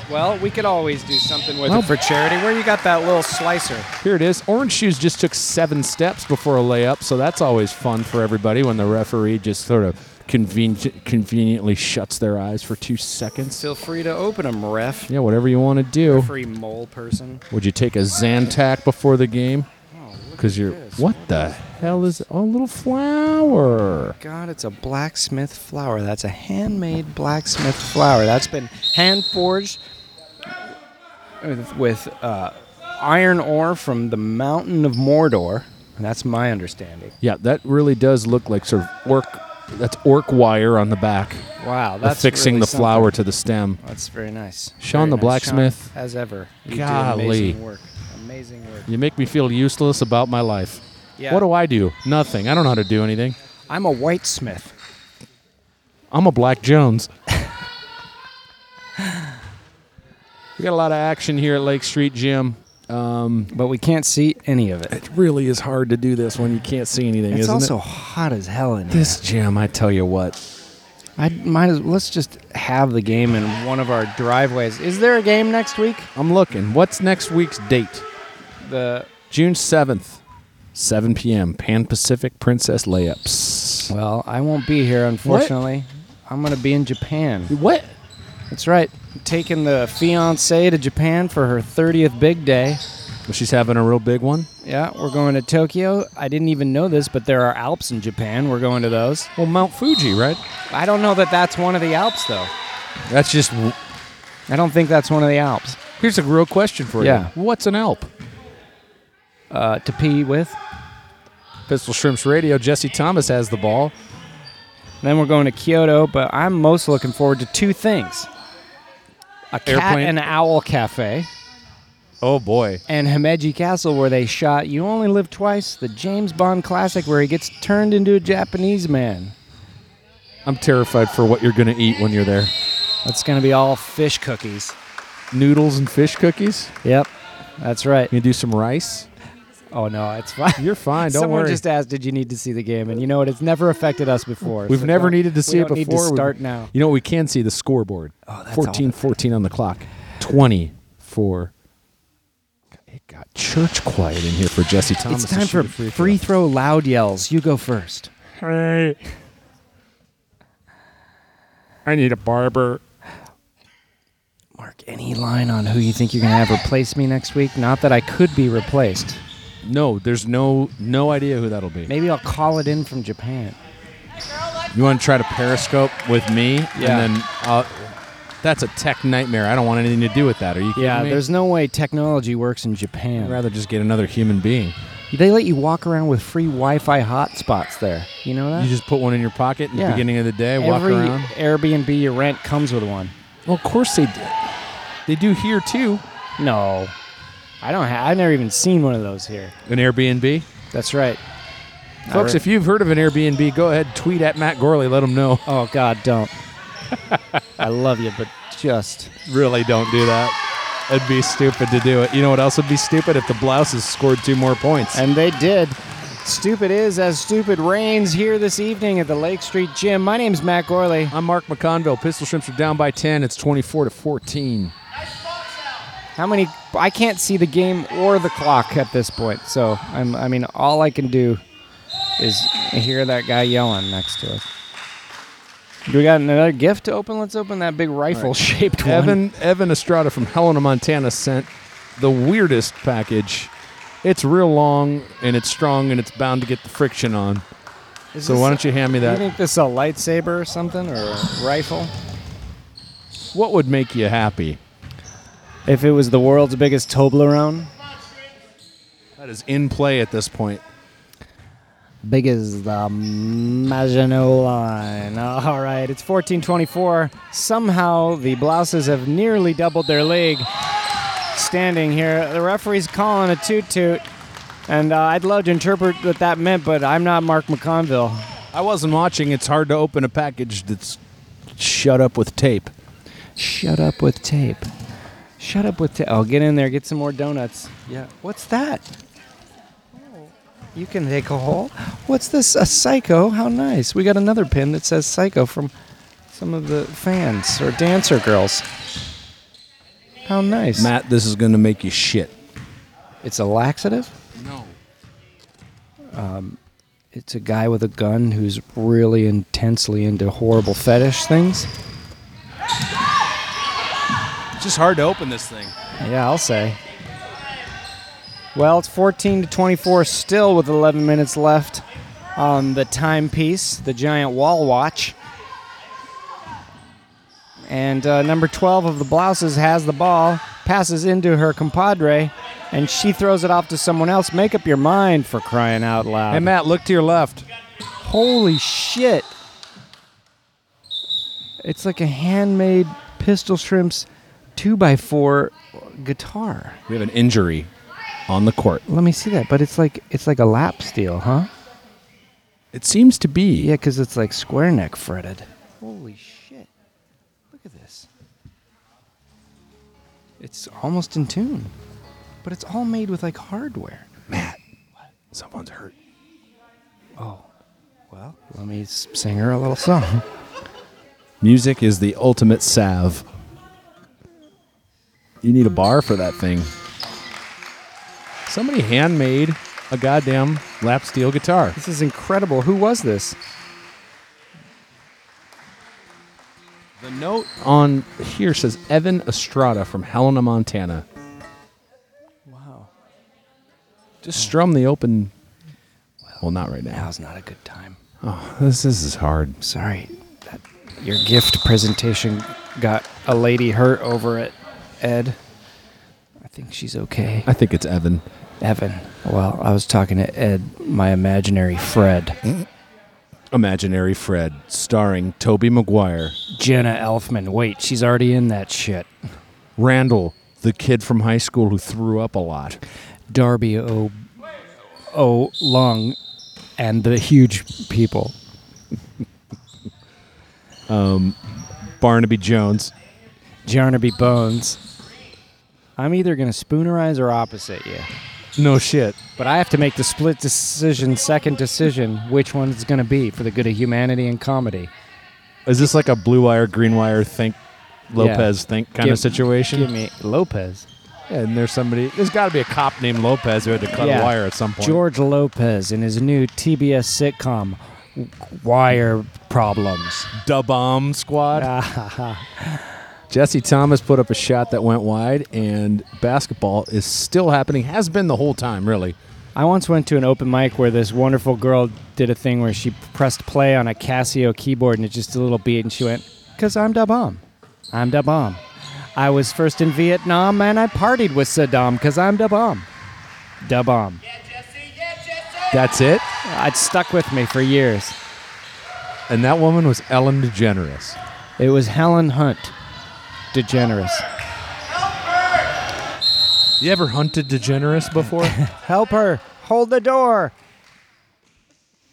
S1: Well, we could always do something with
S2: Well-
S1: it for charity. Where you got that little slicer?
S2: Here it is. Orange Shoes just took seven steps before a layup, so that's always fun for everybody when the referee just sort of conven- conveniently shuts their eyes for two seconds.
S1: Feel free to open them, ref.
S2: Yeah, whatever you want to do.
S1: Free mole person. Oh,
S2: Would you take a Zantac before the game? Because you're.
S1: this.
S2: What the hell is. Oh, a little flower.
S1: God, it's a blacksmith flower. That's a handmade blacksmith flower. That's been hand forged with, with uh, iron ore from the mountain of Mordor. That's my understanding.
S2: Yeah, that really does look like sort of orc. That's orc wire on the back,
S1: Wow, that's
S2: affixing
S1: really
S2: the
S1: something.
S2: flower to the stem.
S1: That's very nice.
S2: Sean
S1: Very
S2: the
S1: nice.
S2: blacksmith.
S1: Sean, as ever. You do
S2: Golly.
S1: amazing work. Amazing work.
S2: You make me feel useless about my life.
S1: Yeah.
S2: What do I do? Nothing. I don't know how to do anything.
S1: I'm a white smith.
S2: I'm a Black Jones. we got a lot of action here at Lake Street Gym.
S1: But we can't see any of it.
S2: It really is hard to do this when you can't see anything,
S1: It's
S2: isn't
S1: also
S2: it?
S1: hot as hell in here.
S2: This gym, I tell you what.
S1: I might as let's just have the game in one of our driveways. Is there a game next week?
S2: I'm looking. What's next week's date?
S1: The
S2: June 7th, 7 p.m. Pan Pacific Princess Layups.
S1: well, I won't be here unfortunately. I'm gonna be in Japan.
S2: What?
S1: That's right. I'm taking the fiance to Japan for her 30th big day.
S2: Well, she's having a real big one.
S1: Yeah, we're going to Tokyo. I didn't even know this, but there are Alps in Japan. We're going to those.
S2: Well, Mount Fuji, right?
S1: I don't know that that's one of the Alps though.
S2: That's just.
S1: I don't think that's one of the Alps.
S2: Here's a real question for
S1: Yeah.
S2: you. What's an Alp?
S1: Uh, to pee with.
S2: Pistol Shrimps Radio. Jesse Thomas has the ball.
S1: Then we're going to Kyoto, but I'm most looking forward to two things. A cat
S2: Airplane.
S1: and owl cafe
S2: Oh boy.
S1: and Himeji Castle where they shot You Only Live Twice, the James Bond classic where he gets turned into a Japanese man.
S2: I'm terrified for what you're going to eat when you're there.
S1: That's going to be all fish cookies.
S2: Noodles and fish cookies?
S1: Yep. That's right.
S2: You gonna do some rice?
S1: Oh no, it's fine.
S2: You're fine. Don't
S1: Someone
S2: worry.
S1: just asked, "Did you need to see the game?" And you know what? It's never affected us before.
S2: We've
S1: so
S2: never
S1: don't-
S2: needed to see
S1: we
S2: it
S1: don't need to
S2: before. We-
S1: start now.
S2: You know what we can see the scoreboard.
S1: Oh, that's all
S2: 14 14 on the clock. 20
S4: four. It got church quiet in here for Jesse Thomas.
S1: It's
S4: to
S1: time
S4: shoot
S1: for
S4: a
S1: free,
S4: free
S1: throw loud yells. You go first.
S4: Hey. I need a barber.
S1: Mark, any line on who you think you're going to have replace me next week? Not that I could be replaced.
S2: No, there's no no idea who that'll be.
S1: Maybe I'll call it in from Japan.
S2: You want to try to periscope with me,
S1: Yeah.
S2: and then uh, that's a tech nightmare. I don't want anything to do with that. Are you? Kidding
S1: Yeah,
S2: me?
S1: there's no way technology works in Japan.
S2: I'd rather just get another human being.
S1: they let you walk around with free Wi-Fi hotspots there. You know that?
S2: You just put one in your pocket in
S1: Yeah.
S2: the beginning of the day, walk
S1: Every
S2: around.
S1: Airbnb you rent comes with one.
S2: Well, of course they do. They do here too.
S1: No, I don't. Ha- I've never even seen one of those here.
S2: An Airbnb,
S1: That's right,
S2: folks.
S1: re-
S2: If you've heard of an Airbnb, go ahead tweet at Matt Gorley. Let him know.
S1: Oh God, don't. I love you, but just
S2: Really, don't do that. It'd be stupid to do it. You know what else would be stupid if the Blouses scored two more points.
S1: and they did. Stupid is as stupid reigns here this evening at the Lake Street Gym. My name's Matt Gorley.
S2: I'm Mark McConville. Pistol Shrimps are down by ten. It's 24 to 14.
S1: How many? I can't see the game or the clock at this point, so I'm. I mean, all I can do is hear that guy yelling next to us. Do we got another gift to open? Let's open that big rifle-shaped one.
S2: Evan Evan Estrada from Helena, Montana sent the weirdest package. It's real long and it's strong and it's bound to get the friction on.
S1: Is
S2: So
S1: this
S2: why
S1: a-
S2: don't you hand me
S1: Do you
S2: that?
S1: think this is a lightsaber or something or a rifle?
S2: What would make you happy?
S1: If it was the world's biggest Toblerone,
S2: That is in play at this point.
S1: big as the Maginot Line. All right, it's 14:24. Somehow the Blouses have nearly doubled their league. Standing here, the referee's calling a toot toot, and uh, I'd love to interpret what that meant, but I'm not Mark McConville.
S2: I wasn't watching. It's hard to open a package that's shut up with tape.
S1: Shut up with tape. Shut up with tape. Oh, get in there, get some more donuts. Yeah. What's that? You can take a hole. What's this? A psycho? How nice. We got another pin that says psycho from some of the fans or dancer girls. How nice.
S2: Matt, this is going to make you shit.
S1: It's a laxative? Um,
S2: No.
S1: It's a guy with a gun who's really intensely into horrible fetish things.
S2: It's just hard to open this thing.
S1: Yeah, I'll say. Well, it's 14 to 24 still with 11 minutes left on the timepiece, the giant wall watch. And uh, number 12 of the Blouses has the ball, passes into her compadre, and she throws it off to someone else. Make up your mind for crying out loud.
S2: Hey, Matt, look to your left.
S1: Holy shit. It's like a handmade Pistol Shrimps 2x4 guitar.
S2: We have an injury on the court.
S1: Let me see that. But it's like it's like a lap steel, huh?
S2: It seems to be.
S1: Yeah, because it's like square neck fretted. Holy shit! Look at this. It's almost in tune, but it's all made with like hardware.
S2: Matt, someone's hurt.
S1: Well, let me s- sing her a little song.
S2: Music is the ultimate salve. You need a bar for that thing. Somebody handmade a goddamn lap steel guitar.
S1: This is incredible. Who was this?
S2: The note on here says Evan Estrada from Helena, Montana.
S1: Wow,
S2: Just strum the open. Well, not right now.
S1: now's not a good time.
S2: This, this is hard.
S1: Sorry, that your gift presentation got a lady hurt over it, Ed. I think she's okay.
S2: I think it's Evan.
S1: Evan. Well, I was talking to Ed, my imaginary Fred.
S2: Imaginary Fred, starring Toby Maguire,
S1: Jenna Elfman. Wait, she's already in that shit.
S2: Randall, the kid from high school who threw up a lot.
S1: Darby O. O. Lung and the huge people.
S2: Barnaby Jones.
S1: Jarnaby Bones. I'm either going to spoonerize or opposite you.
S2: No shit.
S1: But I have to make the split decision, second decision, which one it's going to be for the good of humanity and comedy.
S2: Is this like a blue wire, green wire think Lopez think kind
S1: Give-
S2: of situation?
S1: Give me Lopez.
S4: And there's somebody. There's got to be a cop named Lopez who had to cut
S1: Yeah.
S4: a wire at some point.
S1: George Lopez in his new TBS sitcom, Wire Problems.
S4: Da Bomb Squad.
S1: Ah,
S4: Jesse Thomas put up a shot that went wide, and basketball is still happening. Has been the whole time, really.
S1: I once went to an open mic where this wonderful girl did a thing where she pressed play on a Casio keyboard and it just a little beat, and she went, Because I'm da bomb. I'm da bomb. I was first in Vietnam and I partied with Saddam because I'm da bomb. Da bomb.
S4: That's it.
S1: It stuck with me for years.
S4: And that woman was Ellen DeGeneres.
S1: It was Helen Hunt, DeGeneres.
S4: You ever hunted DeGeneres before?
S1: Help her. Hold the door.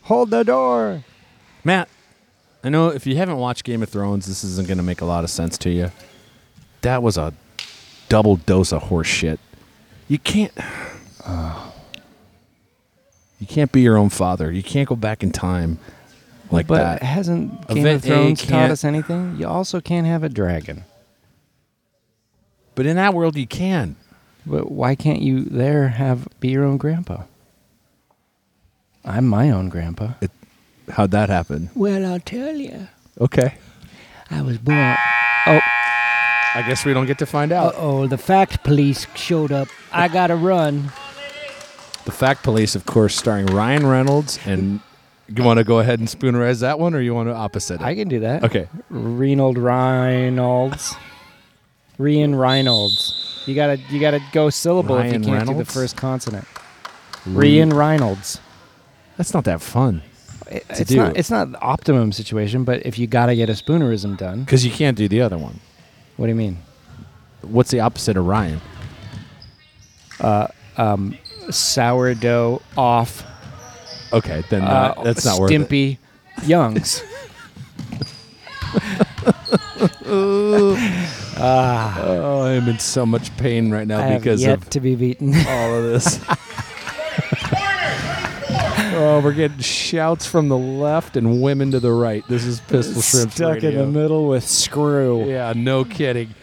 S1: Hold the door.
S2: Matt, I know if you haven't watched Game of Thrones, this isn't going to make a lot of sense to you. That was a double dose of horse shit. You can't. you can't be your own father. You can't go back in time like
S1: But
S2: that.
S1: hasn't Game of
S2: Event
S1: Thrones
S2: A
S1: taught
S2: can't-
S1: us anything? You also can't have a dragon.
S2: But in that world, you can.
S1: But why can't you there have be your own grandpa? I'm my own grandpa.
S2: How'd that happen?
S1: Well, I'll tell you.
S4: okay.
S1: I was born. Oh,
S4: I guess we don't get to find out.
S1: oh, the fact police showed up. I gotta run.
S2: The Fact Police, of course, starring Ryan Reynolds. And you want to go ahead and spoonerize that one, or you want to opposite it?
S1: I can do that.
S2: okay.
S1: Reynold Reynolds. Rian Reynolds. You gotta you gotta go syllable if you
S2: Ryan
S1: can't do the
S2: Reynolds?
S1: first consonant. Rian Reynolds.
S2: That's not that fun.
S1: It-
S2: To
S1: it's
S2: do.
S1: not it's not the optimum situation, but if you gotta get a spoonerism done,
S2: Because you can't do the other one.
S1: what do you mean?
S2: What's the opposite of Ryan?
S1: Sourdough off
S2: Okay, then
S1: uh,
S2: that, that's not worth it.
S1: Stimpy Youngs.
S2: Oh, I'm in so much pain right now
S1: I have
S2: because
S1: yet
S2: of
S1: to be beaten.
S2: all of this. oh, we're getting shouts from the left and women to the right. This is Pistol Shrimps
S1: Stuck in
S2: Radio.
S1: the middle with screw.
S2: Yeah, no kidding.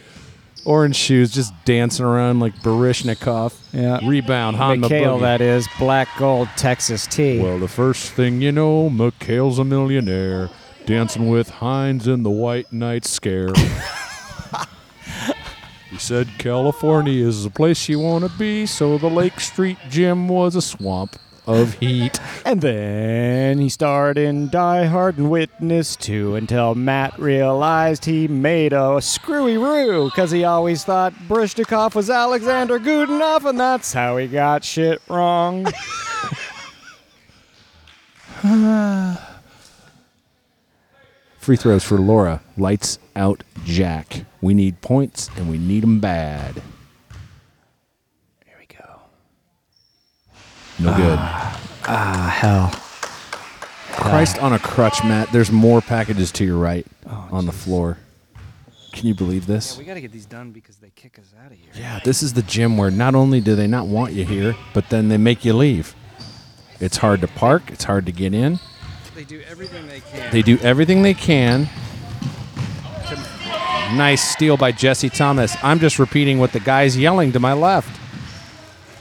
S2: Orange shoes just dancing around like Barishnikov.
S1: Yeah.
S2: Rebound, Han
S1: Mikhail,
S2: Maboogie.
S1: that is black gold Texas tea.
S2: Well, the first thing you know, McHale's a millionaire, dancing with Hines in the White Night Scare. he said California is the place you want to be, so the Lake Street gym was a swamp of heat.
S1: And then he starred in Die Hard and Witness 2 until Matt realized he made a screwy roo because he always thought Brishnikov was Alexander Gudinoff and that's how he got shit wrong.
S2: Free throws for Laura. Lights out, Jack. We need points, and we need 'em bad.
S1: Here we go.
S2: No good.
S1: Ah, hell.
S2: Christ on a crutch, Matt. There's more packages to your right on the floor. Can you believe this?
S1: got to get these done because they kick us out of here.
S2: Yeah, this is the gym where not only do they not want you here, but then they make you leave. It's hard to park, it's hard to get in.
S1: They do everything they can.
S2: They do everything they can. Nice steal by Jesse Thomas. I'm just repeating what the guy's yelling to my left.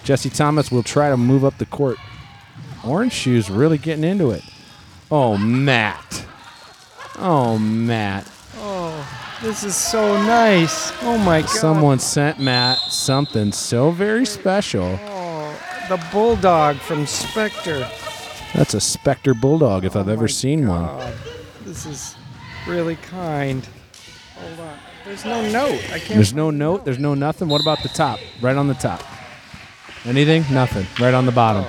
S2: Jesse Thomas will try to move up the court. Orange Shoes really getting into it. Oh, Matt. Oh, Matt.
S1: This is so nice. Oh my god.
S2: Someone sent Matt something so very special.
S1: the bulldog from Spectre.
S2: That's a Spectre Bulldog if I've ever seen one.
S1: This is really kind. Hold on. There's no note. I can't.
S2: There's no note, there's no nothing. What about the top? Right on the top. Anything? Nothing. Right on the bottom.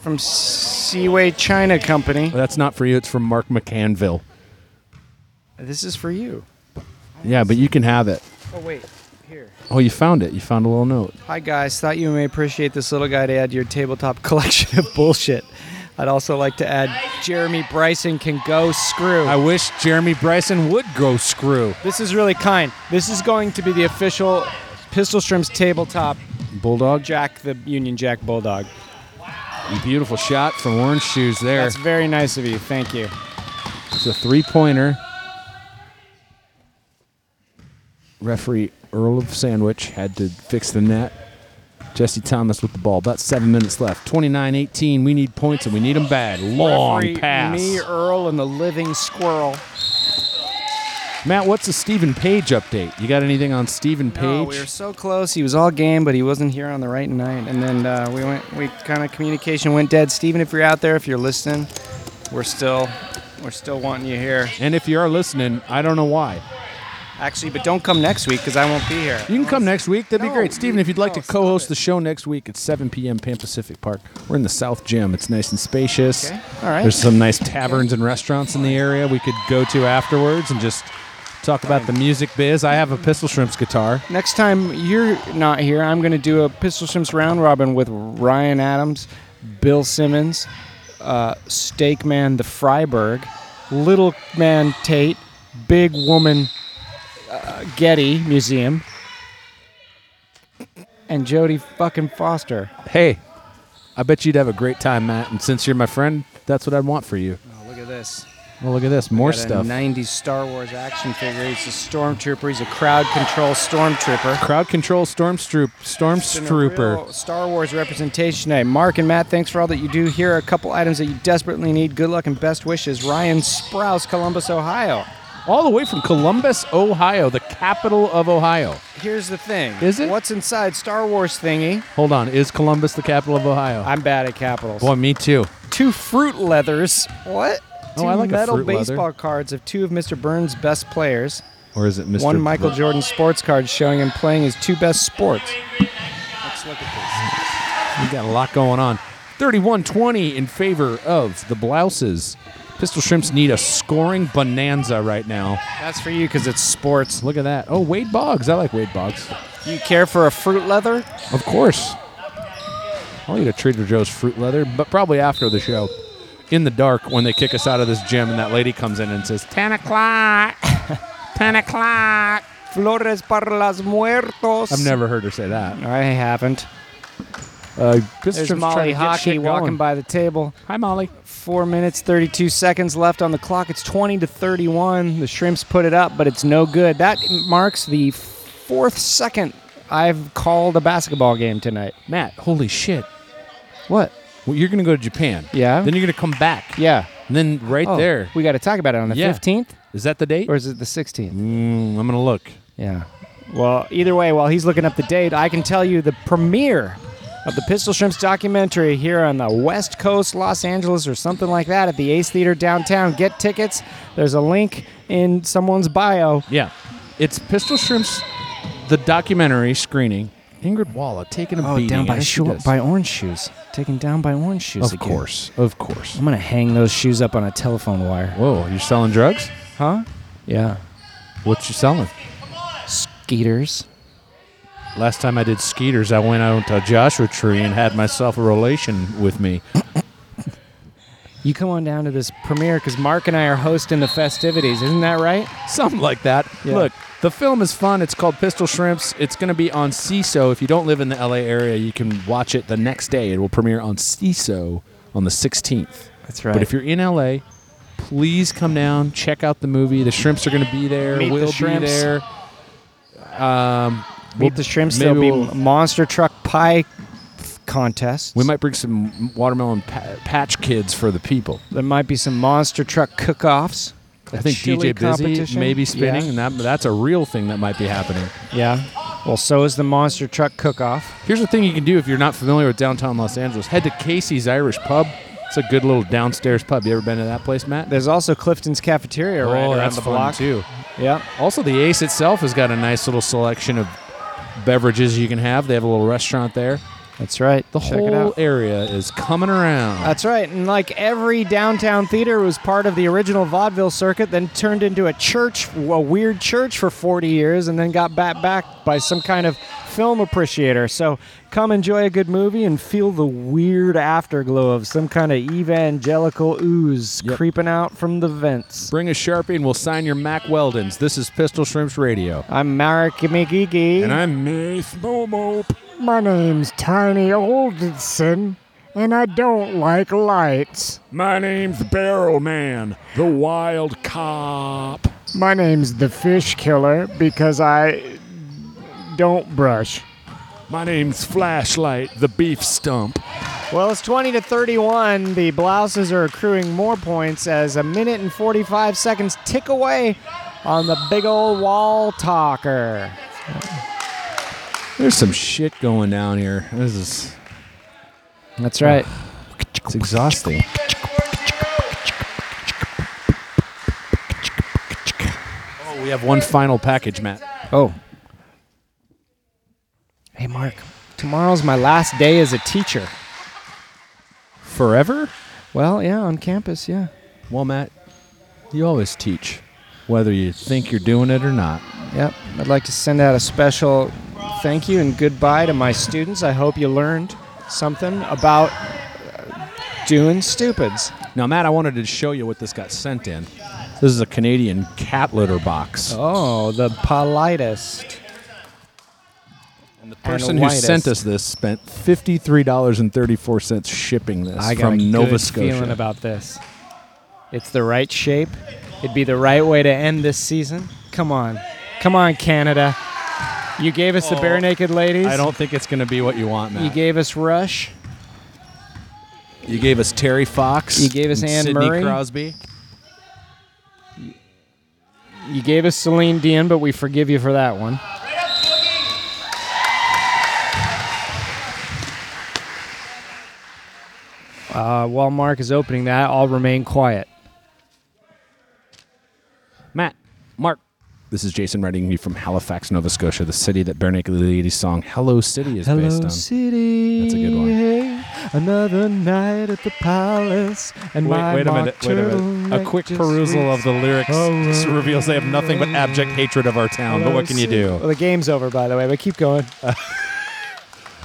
S1: From Seaway China Company.
S2: That's not for you, it's from Mark McCanville.
S1: This is for you.
S2: Yeah, but you can have it.
S1: Oh, wait. Here.
S2: Oh, you found it. You found a little note.
S1: Hi, guys. Thought you may appreciate this little guy to add to your tabletop collection of bullshit. I'd also like to add Jeremy Bryson can go screw.
S2: I wish Jeremy Bryson would go screw.
S1: this is really kind. This is going to be the official Pistol Shrimps tabletop
S2: Bulldog,
S1: Jack the Union Jack Bulldog.
S2: beautiful shot from Orange Shoes there.
S1: That's very nice of you. Thank you.
S2: It's a three pointer. Referee Earl of Sandwich had to fix the net. Jesse Thomas with the ball. About seven minutes left. 29 18. We need points and we need them bad. Long
S1: Referee,
S2: pass.
S1: Me, Earl, and the living squirrel.
S2: Matt, what's the Stephen Page update? You got anything on Stephen Page?
S1: No, Oh, we were so close. He was all game, but he wasn't here on the right night. And then uh, we went. We kind of communication went dead. Steven, if you're out there, if you're listening, we're still, we're still wanting you here.
S2: and if you are listening, I don't know why.
S1: Actually, but don't come next week because I won't be here.
S2: You can come next week. That'd be
S1: No,
S2: great. Steven, if you'd like
S1: no,
S2: to co host
S1: stop it.
S2: the show next week at 7 p.m. Pan Pacific Park, we're in the South Gym. It's nice and spacious.
S1: Okay. All right.
S2: There's some nice taverns and restaurants in the area we could go to afterwards and just talk about the music biz. I have a Pistol Shrimps guitar.
S1: Next time you're not here, I'm going to do a Pistol Shrimps round robin with Ryan Adams, Bill Simmons, uh, Steakman the Freiburg, Little Man Tate, Big Woman uh, Getty Museum, and Jody fucking Foster.
S2: Hey, I bet you'd have a great time, Matt. And since you're my friend, that's what I'd want for you.
S1: Oh, look at this.
S2: Well, look at this. More
S1: Got a
S2: stuff.
S1: 90s Star Wars action figure. He's a stormtrooper. He's a crowd control stormtrooper.
S2: Crowd control stormstroop
S1: It's been a
S2: stormstrooper.
S1: real Star Wars representation night. Mark and Matt, thanks for all that you do. Here are a couple items that you desperately need. Good luck and best wishes. Ryan Sprouse, Columbus, Ohio.
S2: All the way from Columbus, Ohio, the capital of Ohio.
S1: Here's the thing.
S2: Is it?
S1: What's inside Star Wars thingy?
S2: Hold on, is Columbus the capital of Ohio?
S1: I'm bad at capitals.
S2: Boy, me too.
S1: Two fruit leathers. What?
S2: Oh,
S1: Two
S2: I like a
S1: metal
S2: fruit leather.
S1: baseball cards of two of Mr. Burns' best players.
S2: Or is it Mr.
S1: One Michael Jordan sports card showing him playing his two best sports. Let's look at
S2: We got a lot going on. 31-20 in favor of the Blouses. Pistol Shrimps need a scoring bonanza right now.
S1: this. That's for you because it's sports.
S2: Look at that. Oh, Wade Boggs. I like Wade Boggs.
S1: You care for a fruit leather?
S2: Of course. I'll eat a Trader Joe's fruit leather, but probably after the show. In the dark when they kick us out of this gym and that lady comes in and says, 10 o'clock, 10 o'clock.
S1: Flores para las muertos.
S2: I've never heard her say that.
S1: I haven't.
S2: Uh, Pistol
S1: There's
S2: Shrimps trying to
S1: Molly
S2: get
S1: Hockey
S2: shit
S1: walking
S2: going.
S1: by the table.
S2: Hi, Molly.
S1: Four minutes, 32 seconds left on the clock. It's 20 to 31. The Shrimps put it up, but it's no good. That marks the fourth second I've called a basketball game tonight.
S2: Matt, holy shit.
S1: What?
S2: Well, you're going to go to Japan.
S1: Yeah.
S2: Then you're going to come back.
S1: Yeah.
S2: And then right
S1: Oh,
S2: there.
S1: We got to talk about it on the
S2: Yeah.
S1: 15th,
S2: Is that the date?
S1: or is it the 16th?
S2: Mm, I'm going to look.
S1: Yeah. Well, either way, while he's looking up the date, I can tell you the premiere of the Pistol Shrimps documentary here on the West Coast, Los Angeles, or something like that at the Ace Theater downtown. Get tickets. There's a link in someone's bio.
S2: Yeah. It's Pistol Shrimps, the documentary screening. Ingrid Walla taking
S1: Oh,
S2: a beating. as she does.
S1: orange shoes. Taken down by orange shoes.
S2: Of course. Of course.
S1: I'm gonna hang those shoes up on a telephone wire.
S2: Whoa, you're selling drugs?
S1: Huh? Yeah.
S2: What you selling?
S1: Skeeters.
S2: Last time I did skeeters, I went out to a Joshua Tree and had myself a relation with me.
S1: You come on down to this premiere because Mark and I are hosting the festivities. Isn't that right?
S2: something like that.
S1: Yeah.
S2: Look, the film is fun. It's called Pistol Shrimps. It's going to be on CISO. If you don't live in the LA area, you can watch it the next day. It will premiere on CISO on the 16th.
S1: That's right.
S2: But if you're in LA, please come down, check out the movie. The shrimps are going to be there.
S1: Meet the
S2: we'll be
S1: shrimps.
S2: there. Um,
S1: Meet the shrimps.
S2: maybe
S1: There'll be
S2: we'll-
S1: monster truck pie contests.
S2: we might bring some watermelon pa- patch kids for the people.
S1: There might be some monster truck cook-offs.
S2: I think DJ Busy may be spinning, and that, that's a real thing that might be happening.
S1: Yeah. yeah. Well, so is the monster truck cook-off.
S2: Here's the thing you can do if you're not familiar with downtown Los Angeles. Head to Casey's Irish Pub. It's a good little downstairs pub. You ever been to that place, Matt?
S1: There's also Clifton's cafeteria right around
S2: Oh, that's
S1: the
S2: fun
S1: block.
S2: too.
S1: Yeah.
S2: Also, the Ace itself has got a nice little selection of beverages you can have. They have a little restaurant there.
S1: That's right.
S2: The
S1: Check it
S2: whole
S1: out.
S2: area is coming around.
S1: That's right. And like every downtown theater was part of the original vaudeville circuit, then turned into a church, a weird church for 40 years, and then got bat backed by some kind of film appreciator. So come enjoy a good movie and feel the weird afterglow of some kind of evangelical ooze
S2: Yep.
S1: creeping out from the vents.
S2: Bring a Sharpie and we'll sign your Mac Weldons. This is Pistol Shrimps Radio.
S1: I'm Marek Migigi.
S2: And I'm Mace Momo.
S5: My name's Tiny Oldson, and I don't like lights.
S2: My name's Barrel Man, the Wild Cop.
S6: My name's the fish killer because I don't brush.
S4: My name's Flashlight, the beef stump.
S1: Well, it's 20 to 31. The blouses are accruing more points as a minute and 45 seconds tick away on the big old wall talker.
S2: There's some shit going down here. This is
S1: That's right.
S2: it's exhausting. Oh, we have one final package, Matt.
S1: Oh. Hey, Mark. Tomorrow's my last day as a teacher.
S2: Forever?
S1: Well, yeah, on campus, yeah.
S2: Well, Matt, you always teach, whether you think you're doing it or not.
S1: Yep. I'd like to send out a special thank you and goodbye to my students. I hope you learned something about uh, doing stupids.
S2: Now, Matt, I wanted to show you what this got sent in. This is a Canadian cat litter box.
S1: Oh, the politest.
S2: and the person who sent
S1: whitest.
S2: us this spent $53.34 shipping this
S1: I got
S2: from
S1: a
S2: Nova
S1: good
S2: Scotia.
S1: feeling about this. It's the right shape. It'd be the right way to end this season. Come on, come on, Canada. You gave us the bare naked ladies.
S2: I don't think it's going to be what you want, Matt.
S1: You gave us Rush.
S2: You gave us Terry Fox.
S1: You gave us
S2: and
S1: Anne
S2: Sidney
S1: Murray.
S2: Crosby.
S1: You gave us Celine Dion, but we forgive you for that one. Uh, while Mark is opening that, I'll remain quiet.
S2: Matt, Mark. This is Jason writing you from Halifax, Nova Scotia, the city that Bare Naked Ladies song "Hello City" is based on.
S1: City.
S2: That's a good one.
S1: Hey, another night at the palace. And my mock turtleneck
S4: A quick
S1: just
S4: perusal of
S1: reads-
S4: the lyrics s- reveals they have nothing but abject hatred of our town. But
S1: Hello
S4: what can you
S1: City. Well,
S4: do?
S1: the game's over, by the way, but keep going.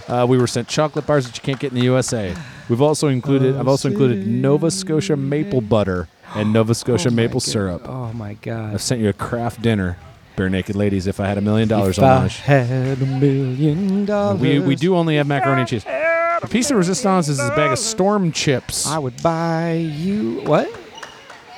S2: Uh, we were sent chocolate bars that you can't get in the USA. We've also included. I've also included Nova Scotia maple butter and Nova Scotia
S1: Oh my
S2: maple
S1: good-
S2: syrup.
S1: Oh, my God.
S2: I've sent you a craft dinner, Bare Naked Ladies. If I had a million dollars
S1: If
S2: on
S1: I
S2: this.
S1: had a million dollars,
S2: We, we do only have macaroni and cheese. The piece of resistance is a bag of storm chips.
S1: I would buy you. What?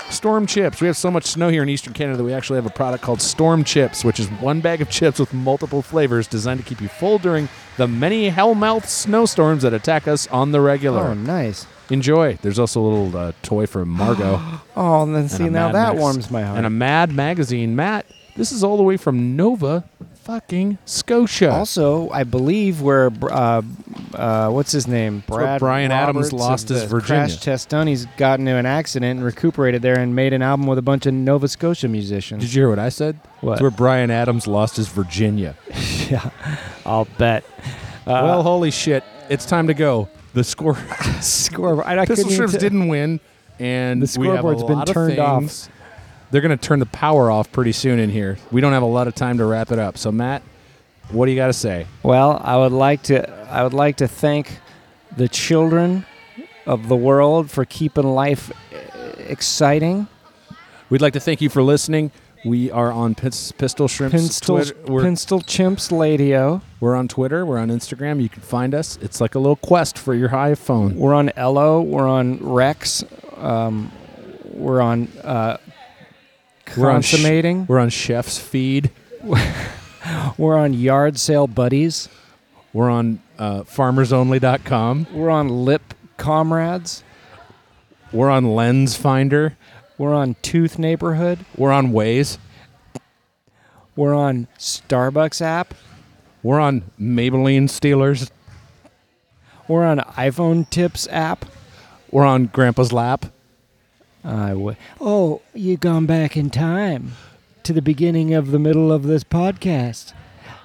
S2: Storm chips. We have so much snow here in eastern Canada that we actually have a product called Storm Chips, which is one bag of chips with multiple flavors designed to keep you full during the many hellmouth snowstorms that attack us on the regular.
S1: Oh, nice.
S2: Enjoy. There's also a little uh, toy for Margot.
S1: Oh, and then
S2: and
S1: see,
S2: a
S1: now
S2: Mad
S1: that
S2: Max-
S1: warms my heart.
S2: And a Mad Magazine. Matt, this is all the way from Nova fucking Scotia.
S1: also, I believe where br- uh, uh, what's his name,
S2: where
S1: Brad
S2: Brian
S1: Roberts
S2: Adams lost
S1: of
S2: his
S1: the
S2: Virginia.
S1: Crash Test Done. He's got into an accident and recuperated there and made an album with a bunch of Nova Scotia musicians.
S2: Did you hear what I said?
S1: What?
S2: It's where Brian Adams lost his Virginia.
S1: I'll bet. Uh,
S2: well, holy shit. It's time to go. The score.
S1: score. I, I couldn't
S2: Pistol
S1: even
S2: Shrimps
S1: t-
S2: didn't win, and
S1: The
S2: we
S1: scoreboard's
S2: have a
S1: been
S2: lot of
S1: turned off.
S2: things. They're going to turn the power off pretty soon in here. We don't have a lot of time to wrap it up. So Matt, what do you got to say?
S1: Well, I would like to. I would like to thank the children of the world for keeping life eh, exciting.
S2: We'd like to thank you for listening. We are on Pis- Pistol Shrimps
S1: Pinstel,
S2: Twitter. We're,
S1: Pinstel Chimps Radio.
S2: we're on Twitter. We're on Instagram. You can find us. It's like a little quest for your iPhone.
S1: We're on Ello. We're on Rex. Um, we're on uh,
S2: We're on sh-
S1: consummating.
S2: We're on Chef's Feed.
S1: we're on yard sale buddies.
S2: We're on uh, FarmersOnly.com.
S1: We're on lip comrades.
S2: We're on Lens Finder.
S1: We're on tooth neighborhood.
S2: We're on Waze.
S1: We're on Starbucks app.
S2: We're on Maybelline Steelers.
S1: We're on iPhone tips app.
S2: We're on Grandpa's Lap.
S1: I would. Oh, you gone back in time to the beginning of the middle of this podcast.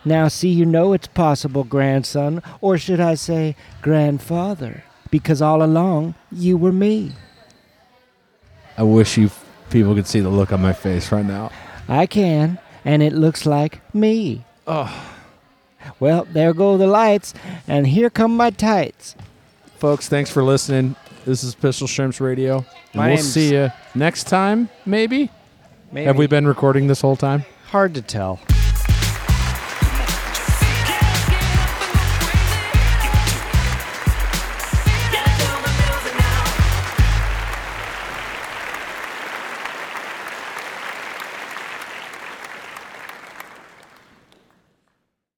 S1: Now, see, you know it's possible, grandson, or should I say, grandfather, because all along you were me.
S2: I wish you f- people could see the look on my face right now.
S1: I can, and it looks like me. Oh. Well, there go the lights, and here come my tights.
S2: Folks, thanks for listening. This is Pistol Shrimps Radio. and
S1: My
S2: we'll
S1: name's-
S2: see you next time, maybe?
S1: Maybe
S2: Have we been recording this whole time?
S1: hard to tell?